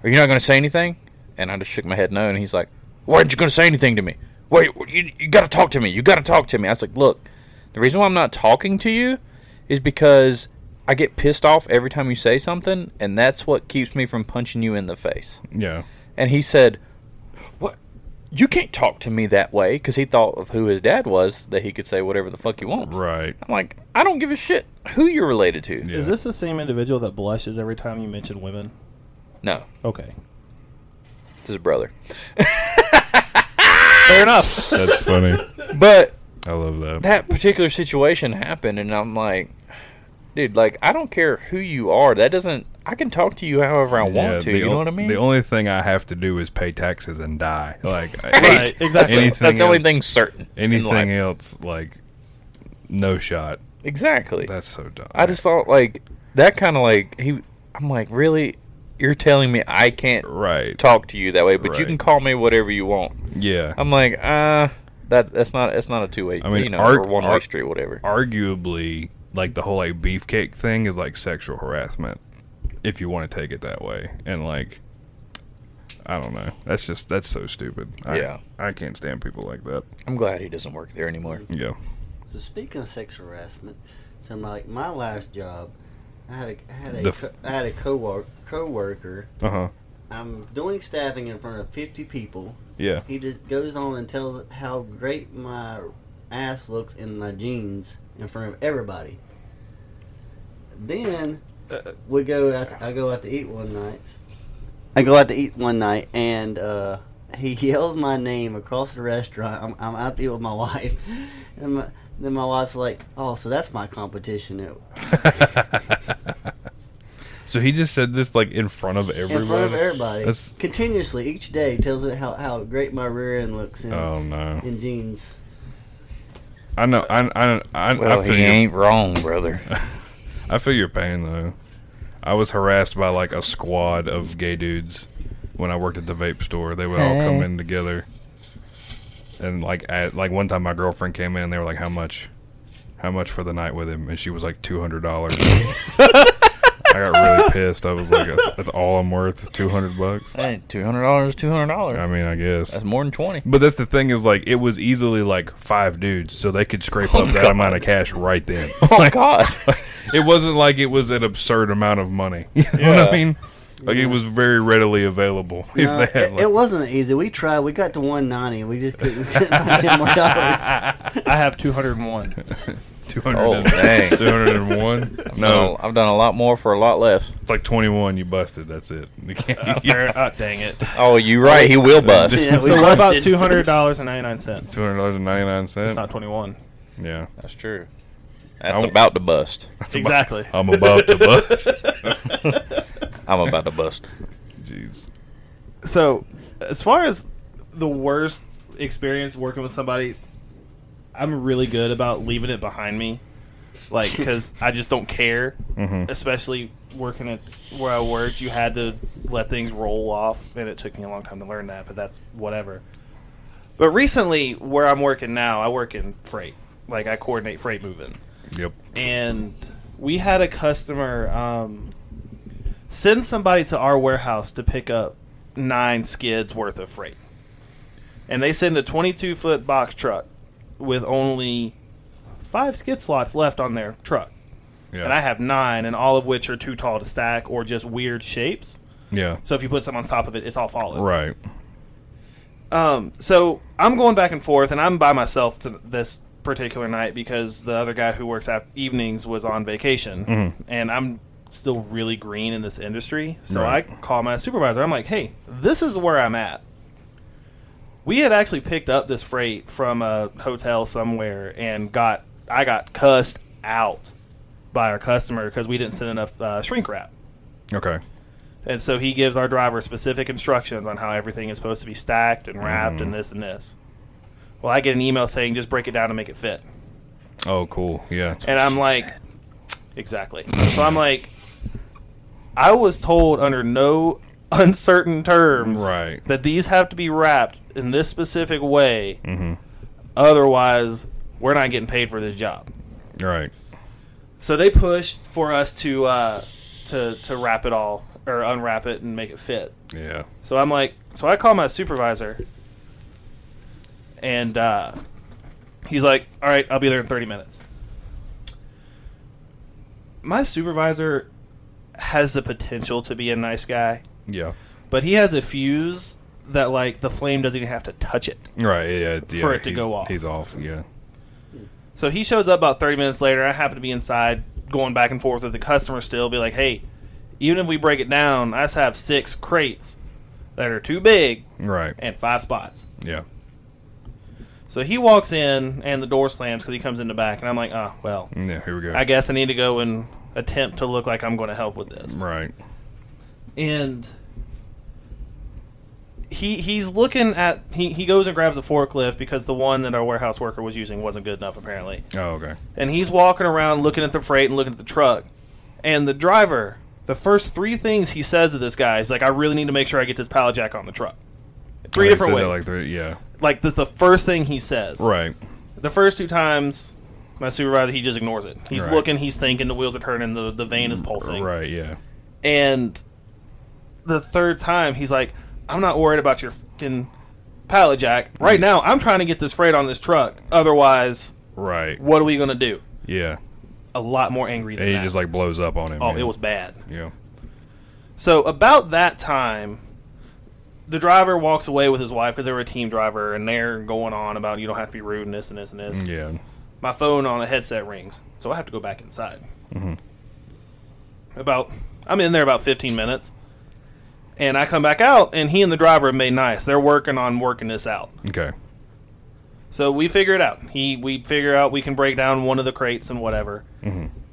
[SPEAKER 3] are you not going to say anything? And I just shook my head no. And he's like, why aren't you going to say anything to me? Wait, you, you got to talk to me. You got to talk to me. I was like, look, the reason why I'm not talking to you is because I get pissed off every time you say something, and that's what keeps me from punching you in the face.
[SPEAKER 5] Yeah.
[SPEAKER 3] And he said, what? You can't talk to me that way because he thought of who his dad was that he could say whatever the fuck he wants.
[SPEAKER 5] Right.
[SPEAKER 3] I'm like, I don't give a shit who you're related to.
[SPEAKER 5] Yeah.
[SPEAKER 4] Is this the same individual that blushes every time you mention women?
[SPEAKER 3] No,
[SPEAKER 4] Okay.
[SPEAKER 3] it's his brother.
[SPEAKER 4] Fair enough.
[SPEAKER 5] That's funny.
[SPEAKER 3] But
[SPEAKER 5] I love that.
[SPEAKER 3] that particular situation happened and I'm like dude like I don't care who you are that doesn't I can talk to you however I want
[SPEAKER 5] Yeah,
[SPEAKER 3] to.
[SPEAKER 5] the
[SPEAKER 3] You
[SPEAKER 5] o-
[SPEAKER 3] know what I mean?
[SPEAKER 5] The only thing I have to do is pay taxes and die. Like
[SPEAKER 3] right,
[SPEAKER 5] anything-
[SPEAKER 3] exactly.
[SPEAKER 5] Anything
[SPEAKER 3] That's the only
[SPEAKER 5] else-
[SPEAKER 3] thing certain. in
[SPEAKER 5] Anything
[SPEAKER 3] life.
[SPEAKER 5] else, like no shot.
[SPEAKER 3] Exactly.
[SPEAKER 5] That's so dumb.
[SPEAKER 3] I just thought like that kind of like he. I'm like, really? You're telling me I can't
[SPEAKER 5] right.
[SPEAKER 3] talk to you that way, but you
[SPEAKER 5] Right.
[SPEAKER 3] can call me whatever you want.
[SPEAKER 5] Yeah.
[SPEAKER 3] I'm like, uh, that that's not it's not a two way.
[SPEAKER 5] I mean,
[SPEAKER 3] you know,
[SPEAKER 5] arg-
[SPEAKER 3] or one way
[SPEAKER 5] arg-
[SPEAKER 3] street, whatever.
[SPEAKER 5] arguably like the whole like beefcake thing is like sexual harassment if you want to take it that way and like i don't know that's just that's so stupid I,
[SPEAKER 3] Yeah.
[SPEAKER 5] i can't stand people like that
[SPEAKER 3] I'm glad he doesn't work there anymore.
[SPEAKER 5] yeah
[SPEAKER 6] So speaking of sexual harassment, so my like my last job, I had a I had a
[SPEAKER 5] The
[SPEAKER 6] co-
[SPEAKER 5] f-
[SPEAKER 6] I had a co coworker.
[SPEAKER 5] uh-huh
[SPEAKER 6] I'm doing staffing in front of 50 people.
[SPEAKER 5] yeah
[SPEAKER 6] He just goes on and tells how great my ass looks in my jeans in front of everybody. Then we go out. I go out to eat one night. I go out to eat one night, and uh, he yells my name across the restaurant. I'm, I'm out to eat with my wife, and my, then my wife's like, "Oh, so that's my competition." It,
[SPEAKER 5] so he just said this like in front of everyone
[SPEAKER 6] in front of everybody,
[SPEAKER 5] that's
[SPEAKER 6] continuously each day tells it how, how great my rear end looks in,
[SPEAKER 5] oh no
[SPEAKER 6] in jeans.
[SPEAKER 5] i know i i i,
[SPEAKER 3] Well,
[SPEAKER 5] I feel
[SPEAKER 3] he
[SPEAKER 5] your-
[SPEAKER 3] ain't wrong, brother.
[SPEAKER 5] I feel your pain though. I was harassed by like a squad of gay dudes when I worked at the vape store. They would all come
[SPEAKER 3] Hey.
[SPEAKER 5] in together, and like at, like one time my girlfriend came in and they were like, "How much? How much for the night with him?" And she was like two hundred dollars. I got really pissed. I was like, "That's, that's all I'm worth, two hundred bucks."
[SPEAKER 3] hey, two hundred dollars, two hundred dollars.
[SPEAKER 5] I mean, I guess.
[SPEAKER 3] that's more than twenty.
[SPEAKER 5] But that's the thing is like it was easily like five dudes, so they could scrape up that amount of cash right then.
[SPEAKER 3] Oh my god.
[SPEAKER 5] it wasn't like it was an absurd amount of money. You know what I mean? Like it was very readily available. if
[SPEAKER 6] No,
[SPEAKER 5] they had,
[SPEAKER 6] it,
[SPEAKER 5] like-
[SPEAKER 6] it wasn't easy. We tried. We got to 190. We just couldn't, couldn't find ten more dollars.
[SPEAKER 4] I have 201.
[SPEAKER 5] 200
[SPEAKER 3] Oh,
[SPEAKER 5] and-
[SPEAKER 3] dang.
[SPEAKER 5] 201? No,
[SPEAKER 3] I've done a lot more for a lot less.
[SPEAKER 5] it's like 21. You busted. That's it. You can't-
[SPEAKER 4] Fair- ah, dang it.
[SPEAKER 3] Oh, you right. He will bust.
[SPEAKER 6] Yeah, we
[SPEAKER 4] So what about
[SPEAKER 6] busted.
[SPEAKER 4] $200.99?
[SPEAKER 5] $200.99.
[SPEAKER 4] It's not 21.
[SPEAKER 5] yeah.
[SPEAKER 3] That's true. That's
[SPEAKER 5] I-
[SPEAKER 3] about to bust.
[SPEAKER 4] Exactly.
[SPEAKER 5] I'm about to bust.
[SPEAKER 3] I'm about to bust.
[SPEAKER 5] Jeez.
[SPEAKER 4] So, as far as the worst experience working with somebody, I'm really good about leaving it behind me. Like, because I just don't care.
[SPEAKER 5] Mm-hmm.
[SPEAKER 4] Especially working at where I worked, you had to let things roll off, and it took me a long time to learn that, but that's whatever. But recently, where I'm working now, I work in freight. Like, I coordinate freight moving.
[SPEAKER 5] Yep.
[SPEAKER 4] and we had a customer um, send somebody to our warehouse to pick up nine skids worth of freight. And they send a 22 foot box truck with only five skid slots left on their truck.
[SPEAKER 5] Yeah.
[SPEAKER 4] And I have nine, and all of which are too tall to stack or just weird shapes.
[SPEAKER 5] yeah.
[SPEAKER 4] So if you put some on top of it, it's all falling.
[SPEAKER 5] Right.
[SPEAKER 4] Um, so I'm going back and forth, and I'm by myself to this particular night because the other guy who works at evenings was on vacation, and I'm still really green in this industry. So
[SPEAKER 5] Right.
[SPEAKER 4] I call my supervisor. I'm like, "Hey, this is where I'm at." We had actually picked up this freight from a hotel somewhere, and got I got cussed out by our customer because we didn't send enough uh, shrink wrap.
[SPEAKER 5] Okay.
[SPEAKER 4] And so he gives our driver specific instructions on how everything is supposed to be stacked and wrapped and this and this. Well, I get an email saying just break it down and make it fit.
[SPEAKER 5] Oh, cool. Yeah.
[SPEAKER 4] And I'm like, exactly. So I'm like, I was told under no uncertain terms
[SPEAKER 5] Right.
[SPEAKER 4] that these have to be wrapped in this specific way.
[SPEAKER 5] Mm. Mm-hmm.
[SPEAKER 4] Otherwise, we're not getting paid for this job.
[SPEAKER 5] Right.
[SPEAKER 4] So they pushed for us to uh, to to wrap it all or unwrap it and make it fit.
[SPEAKER 5] Yeah.
[SPEAKER 4] So I'm like, so I call my supervisor, and uh, he's like, "All right, I'll be there in 30 minutes." My supervisor has the potential to be a nice guy,
[SPEAKER 5] Yeah.
[SPEAKER 4] but he has a fuse that like the flame doesn't even have to touch it.
[SPEAKER 5] Right. Yeah. yeah
[SPEAKER 4] For it to
[SPEAKER 5] he's-
[SPEAKER 4] go off.
[SPEAKER 5] He's off. Yeah.
[SPEAKER 4] So he shows up about 30 minutes later. I happen to be inside going back and forth with the customer still. Be like, hey, even if we break it down, I just have six crates that are too big
[SPEAKER 5] Right.
[SPEAKER 4] and five spots.
[SPEAKER 5] Yeah.
[SPEAKER 4] So he walks in and the door slams because he comes in the back, and I'm like, oh, well,
[SPEAKER 5] Yeah. Here we go.
[SPEAKER 4] I guess I need to go and attempt to look like I'm going to help with this.
[SPEAKER 5] Right.
[SPEAKER 4] and he he's looking at he, he goes and grabs a forklift because the one that our warehouse worker was using wasn't good enough apparently
[SPEAKER 5] Oh, okay.
[SPEAKER 4] and he's walking around looking at the freight and looking at the truck. And the driver, the first three things he says to this guy is like, "I really need to make sure I get this pallet jack on the truck." Three
[SPEAKER 5] They
[SPEAKER 4] different
[SPEAKER 5] said
[SPEAKER 4] ways.
[SPEAKER 5] that Like three, yeah.
[SPEAKER 4] Like this, is the first thing he says.
[SPEAKER 5] Right.
[SPEAKER 4] The first two times, my supervisor he just ignores it. He's
[SPEAKER 5] Right.
[SPEAKER 4] looking, he's thinking, the wheels are turning, the the vein is pulsing.
[SPEAKER 5] Right. Yeah.
[SPEAKER 4] And the third time, he's like, "I'm not worried about your fucking pallet jack
[SPEAKER 5] Mm.
[SPEAKER 4] right now. I'm trying to get this freight on this truck. Otherwise,
[SPEAKER 5] Right.
[SPEAKER 4] what are we gonna do?"
[SPEAKER 5] Yeah.
[SPEAKER 4] A lot more angry than
[SPEAKER 5] And he
[SPEAKER 4] that.
[SPEAKER 5] just like blows up on him.
[SPEAKER 4] oh,
[SPEAKER 5] yeah.
[SPEAKER 4] it was bad.
[SPEAKER 5] Yeah.
[SPEAKER 4] So about that time, the driver walks away with his wife because they were a team driver, and they're going on about you don't have to be rude and this and this and this.
[SPEAKER 5] Yeah.
[SPEAKER 4] My phone on a headset rings, so I have to go back inside. About I'm in there about 15 minutes, and I come back out, and he and the driver have made nice. They're working on working this out.
[SPEAKER 5] Okay.
[SPEAKER 4] So we figure it out. He we figure out we can break down one of the crates and whatever,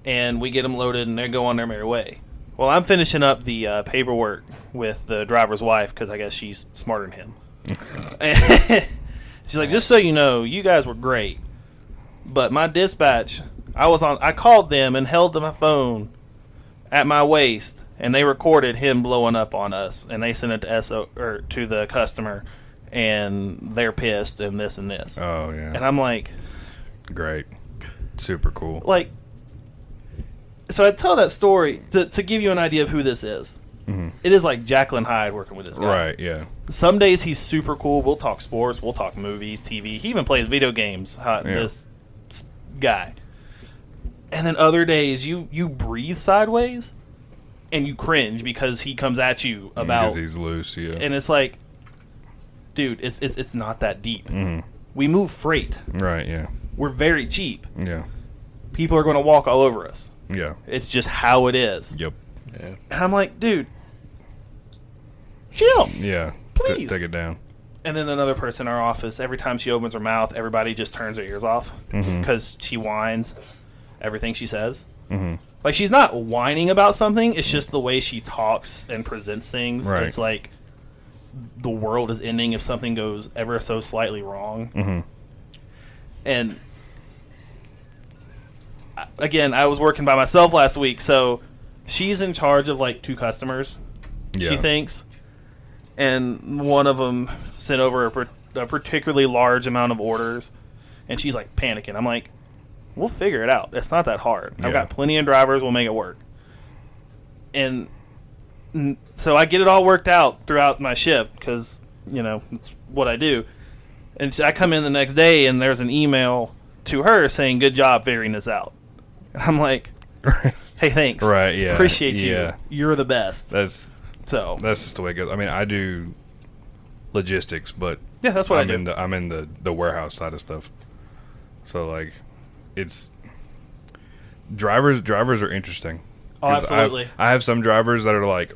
[SPEAKER 4] and we get them loaded and they go on their merry way. Well, I'm finishing up the uh, paperwork with the driver's wife because I guess she's smarter than him. And she's like, just so you know, you guys were great, but my dispatch, I was on. I called them and held my phone at my waist, and they recorded him blowing up on us, and they sent it to SO or to the customer, and they're pissed and this and this.
[SPEAKER 5] Oh yeah.
[SPEAKER 4] And I'm like,
[SPEAKER 5] Great. Super cool.
[SPEAKER 4] like, so I tell that story to, to give you an idea of who this is. It is like Jacqueline Hyde working with this guy.
[SPEAKER 5] Mm-hmm. Right. Yeah.
[SPEAKER 4] Some days he's super cool. We'll talk sports. We'll talk movies, TV. He even plays video games. Huh,
[SPEAKER 5] Yeah.
[SPEAKER 4] This s- guy. And then other days you you breathe sideways, and you cringe because he comes at you
[SPEAKER 5] Because
[SPEAKER 4] about,
[SPEAKER 5] he's loose. Yeah.
[SPEAKER 4] and it's like, dude, it's it's it's not that deep.
[SPEAKER 5] Mm.
[SPEAKER 4] We move freight.
[SPEAKER 5] Mm-hmm. right. Yeah.
[SPEAKER 4] We're very cheap.
[SPEAKER 5] Yeah.
[SPEAKER 4] People are going to walk all over us.
[SPEAKER 5] Yeah.
[SPEAKER 4] It's just how it is.
[SPEAKER 5] Yep.
[SPEAKER 4] And I'm like, dude, chill.
[SPEAKER 5] Yeah. T-
[SPEAKER 4] Please.
[SPEAKER 5] take it down.
[SPEAKER 4] And then another person in our office, every time she opens her mouth, everybody just turns their ears off because she whines everything she says. Like, she's not whining about something, it's just the way she talks and presents things.
[SPEAKER 5] Right.
[SPEAKER 4] It's like the world is ending if something goes ever so slightly wrong. And I- again, I was working by myself last week, so she's in charge of like two customers
[SPEAKER 5] Yeah.
[SPEAKER 4] she thinks. And one of them sent over a, par- a particularly large amount of orders, and she's like panicking. I'm like, we'll figure it out. It's not that hard. I've
[SPEAKER 5] Yeah.
[SPEAKER 4] got plenty of drivers. We'll make it work. And n- so I get it all worked out throughout my shift because you know it's what I do. And so I come in the next day, and there's an email to her saying, "Good job figuring this out." And I'm like, "Hey, thanks.
[SPEAKER 5] Right, yeah,
[SPEAKER 4] Appreciate
[SPEAKER 5] yeah.
[SPEAKER 4] you. You're the best."
[SPEAKER 5] That's
[SPEAKER 4] so
[SPEAKER 5] that's just the way it goes. I mean, I do logistics, but
[SPEAKER 4] Yeah, that's what i
[SPEAKER 5] I'm
[SPEAKER 4] do.
[SPEAKER 5] in the I'm in the the warehouse side of stuff. So like, it's drivers. Drivers are interesting.
[SPEAKER 4] Oh,
[SPEAKER 5] 'Cause I-
[SPEAKER 4] absolutely.
[SPEAKER 5] I, have some drivers that are like,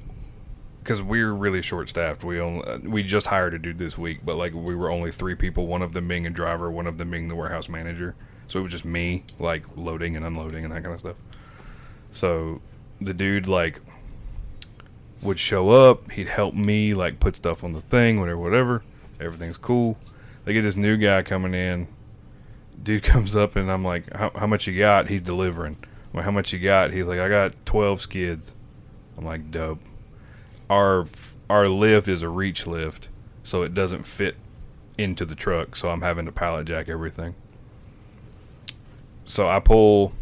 [SPEAKER 5] because we're really short staffed. We only uh, we just hired a dude this week, but like we were only three people. One of them being a driver, one of them being the warehouse manager. So it was just me, like loading and unloading and that kind of stuff. So the dude like would show up. He'd help me like put stuff on the thing, whatever, whatever. Everything's cool. They get this new guy coming in. Dude comes up and I'm like, "How, how much you got?" He's delivering. I'm like, "How much you got?" He's like, "I got 12 skids." I'm like, "Dope." Our our lift is a reach lift, so it doesn't fit into the truck. So I'm having to pallet jack everything. So I pull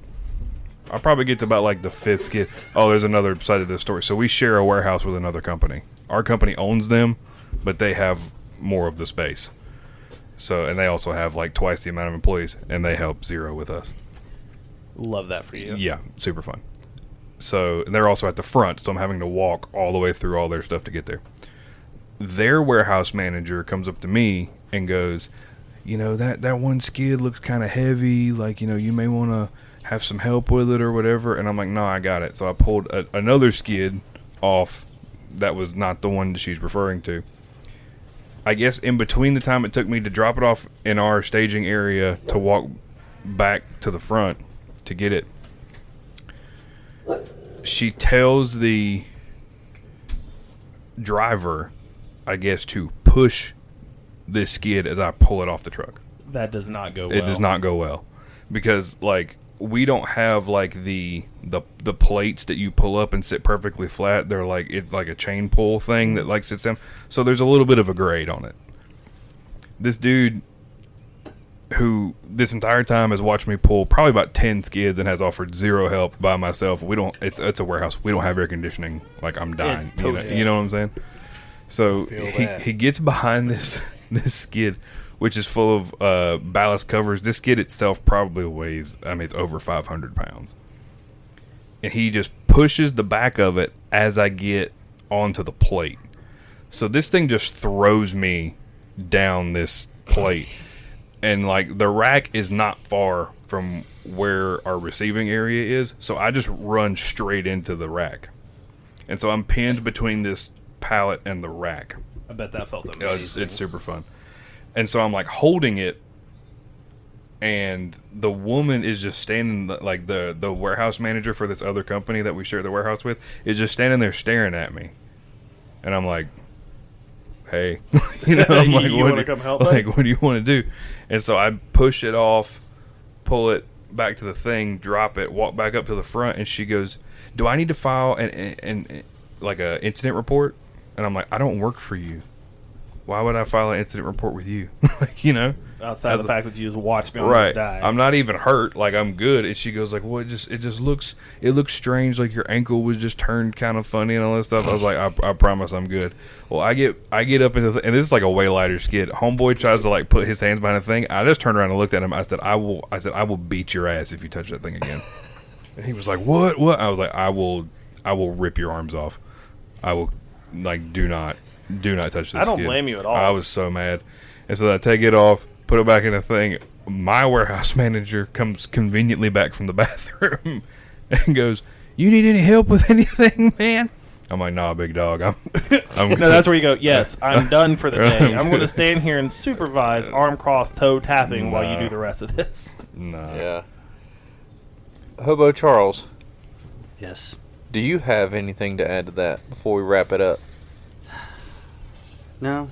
[SPEAKER 5] I'll probably get to about like the fifth skid. Oh, there's another side of this story. So we share a warehouse with another company. Our company owns them, but they have more of the space. So and they also have like twice the amount of employees, and they help zero with us.
[SPEAKER 4] Love that for you.
[SPEAKER 5] Yeah, super fun. So and they're also at the front, so I'm having to walk all the way through all their stuff to get there. Their warehouse manager comes up to me and goes, "You know that that one skid looks kind of heavy. Like you know you may want to have some help with it or whatever." And I'm like, "No, I got it." So I pulled a, another skid off that was not the one that she's referring to. I guess in between the time it took me to drop it off in our staging area to walk back to the front to get it, she tells the driver, I guess, to push this skid as I pull it off the truck.
[SPEAKER 4] That does not go well.
[SPEAKER 5] It does not go well because like we don't have like the the the plates that you pull up and sit perfectly flat. They're like it's like a chain pull thing that like sits down. So there's a little bit of a grade on it. This dude who this entire time has watched me pull probably about 10 skids and has offered zero help by myself. We don't it's it's a warehouse. We don't have air conditioning. Like I'm dying.
[SPEAKER 4] It's
[SPEAKER 5] you, know,
[SPEAKER 4] toasty.
[SPEAKER 5] you know what I'm saying? So
[SPEAKER 8] Feel
[SPEAKER 5] he,
[SPEAKER 8] that.
[SPEAKER 5] he gets behind this this skid, which is full of uh, ballast covers. This skid itself probably weighs, I mean, it's over 500 pounds. And he just pushes the back of it as I get onto the plate. So this thing just throws me down this plate. And like the rack is not far from where our receiving area is. So I just run straight into the rack. And so I'm pinned between this pallet and the rack.
[SPEAKER 4] I bet that felt
[SPEAKER 5] Yeah, it's,
[SPEAKER 4] amazing.
[SPEAKER 5] it's super fun. And so I'm like holding it, and the woman is just standing like the the warehouse manager for this other company that we share the warehouse with is just standing there staring at me, and I'm like, "Hey, you know, I'm
[SPEAKER 4] You-
[SPEAKER 5] like,
[SPEAKER 4] you
[SPEAKER 5] what
[SPEAKER 4] wanna
[SPEAKER 5] do-
[SPEAKER 4] come help,
[SPEAKER 5] Like, what do you want to do?" And so I push it off, pull it back to the thing, drop it, walk back up to the front, and she goes, "Do I need to file an, an, an like a incident report?" And I'm like, "I don't work for you. Why would I file an incident report with you? like, you know,
[SPEAKER 4] Outside of the fact that you just watched me almost
[SPEAKER 5] right?
[SPEAKER 4] die.
[SPEAKER 5] I'm not even hurt. Like, I'm good." And she goes, "Like, well, it just it just looks it looks strange. Like your ankle was just turned kind of funny and all that stuff." I was like, I, "I promise, I'm good." Well, I get I get up into the, and this is like a way lighter skid. Homeboy tries to like put his hands behind the thing. I just turned around and looked at him. I said, "I will," I said, "I will beat your ass if you touch that thing again." And he was like, "What? What?" I was like, "I will, I will rip your arms off. I will, like, do not, do not touch this."
[SPEAKER 4] I don't
[SPEAKER 5] kid."
[SPEAKER 4] blame you at all.
[SPEAKER 5] I was so mad, and so I take it off, put it back in the thing. My warehouse manager comes conveniently back from the bathroom and goes, "You need any help with anything, man?" I'm like, "Nah, big dog. I'm, I'm
[SPEAKER 4] no, that's where you go. Yes, I'm done for the day.
[SPEAKER 5] I'm
[SPEAKER 4] I'm going to
[SPEAKER 5] good."
[SPEAKER 4] stand here and supervise arm crossed toe tapping while you do the rest of this.
[SPEAKER 5] nah."
[SPEAKER 8] Yeah. Hobo Charles,
[SPEAKER 6] Yes.
[SPEAKER 8] do you have anything to add to that before we wrap it up?
[SPEAKER 6] No.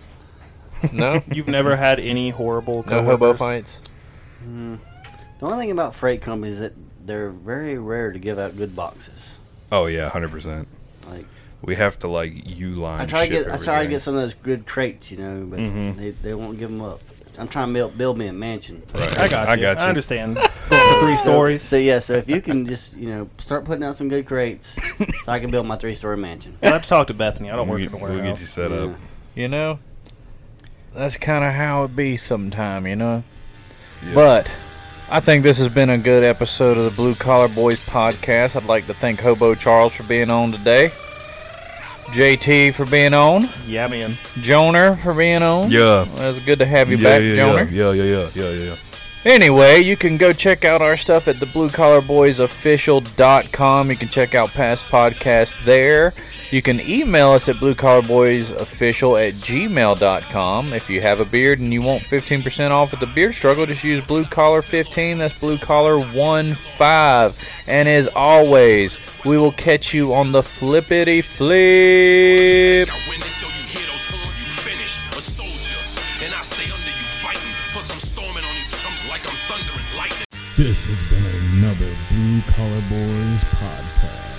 [SPEAKER 8] No?
[SPEAKER 4] You've never had any horrible
[SPEAKER 8] no
[SPEAKER 4] coworkers?
[SPEAKER 8] hobo fights?
[SPEAKER 6] The only thing about freight companies is that they're very rare to give out good boxes.
[SPEAKER 5] Oh yeah, hundred percent.
[SPEAKER 6] Like
[SPEAKER 5] We have to like you line.
[SPEAKER 6] I try to
[SPEAKER 5] ship Mm-hmm.
[SPEAKER 6] get, I try to
[SPEAKER 5] everything.
[SPEAKER 6] get some of those good crates, you know, but they, they won't give them up. I'm trying to build, build me a mansion.
[SPEAKER 4] I got you.
[SPEAKER 5] I
[SPEAKER 4] I,
[SPEAKER 5] got you.
[SPEAKER 4] understand. Going for three stories.
[SPEAKER 6] So yeah, so if you can just you know start putting out some good crates, so I can build my three story mansion.
[SPEAKER 4] You'll have to talk to Bethany. I don't
[SPEAKER 5] We'll
[SPEAKER 4] work
[SPEAKER 5] get,
[SPEAKER 4] in the
[SPEAKER 5] we'll get you
[SPEAKER 4] warehouse.
[SPEAKER 5] set up.
[SPEAKER 3] You know, that's kind of how it be sometime, you know? But I think this has been a good episode of the Blue Collar Boys podcast. I'd like to thank Hobo Charles for being on today, JT for being on,
[SPEAKER 4] Yeah, man.
[SPEAKER 3] Joner for being on.
[SPEAKER 5] Yeah.
[SPEAKER 3] Well, it's good to have you
[SPEAKER 5] yeah,
[SPEAKER 3] back,
[SPEAKER 5] yeah,
[SPEAKER 3] Joner.
[SPEAKER 5] Yeah, yeah, yeah, yeah, yeah, yeah.
[SPEAKER 3] Anyway, you can go check out our stuff at thebluecollarboysofficial.com. You can check out past podcasts there. You can email us at bluecollarboysofficial at gmail.com. If you have a beard and you want 15% off at the beard struggle, just use blue collar 15. That's blue collar 1 5. And as always, we will catch you on the flippity flip.
[SPEAKER 1] I win it, so you hear those horns, you finished, a soldier. And I stay under you fighting, plus I'm storming on you chumps like I'm thundering lightning.
[SPEAKER 9] This has been another Blue Collar Boys podcast.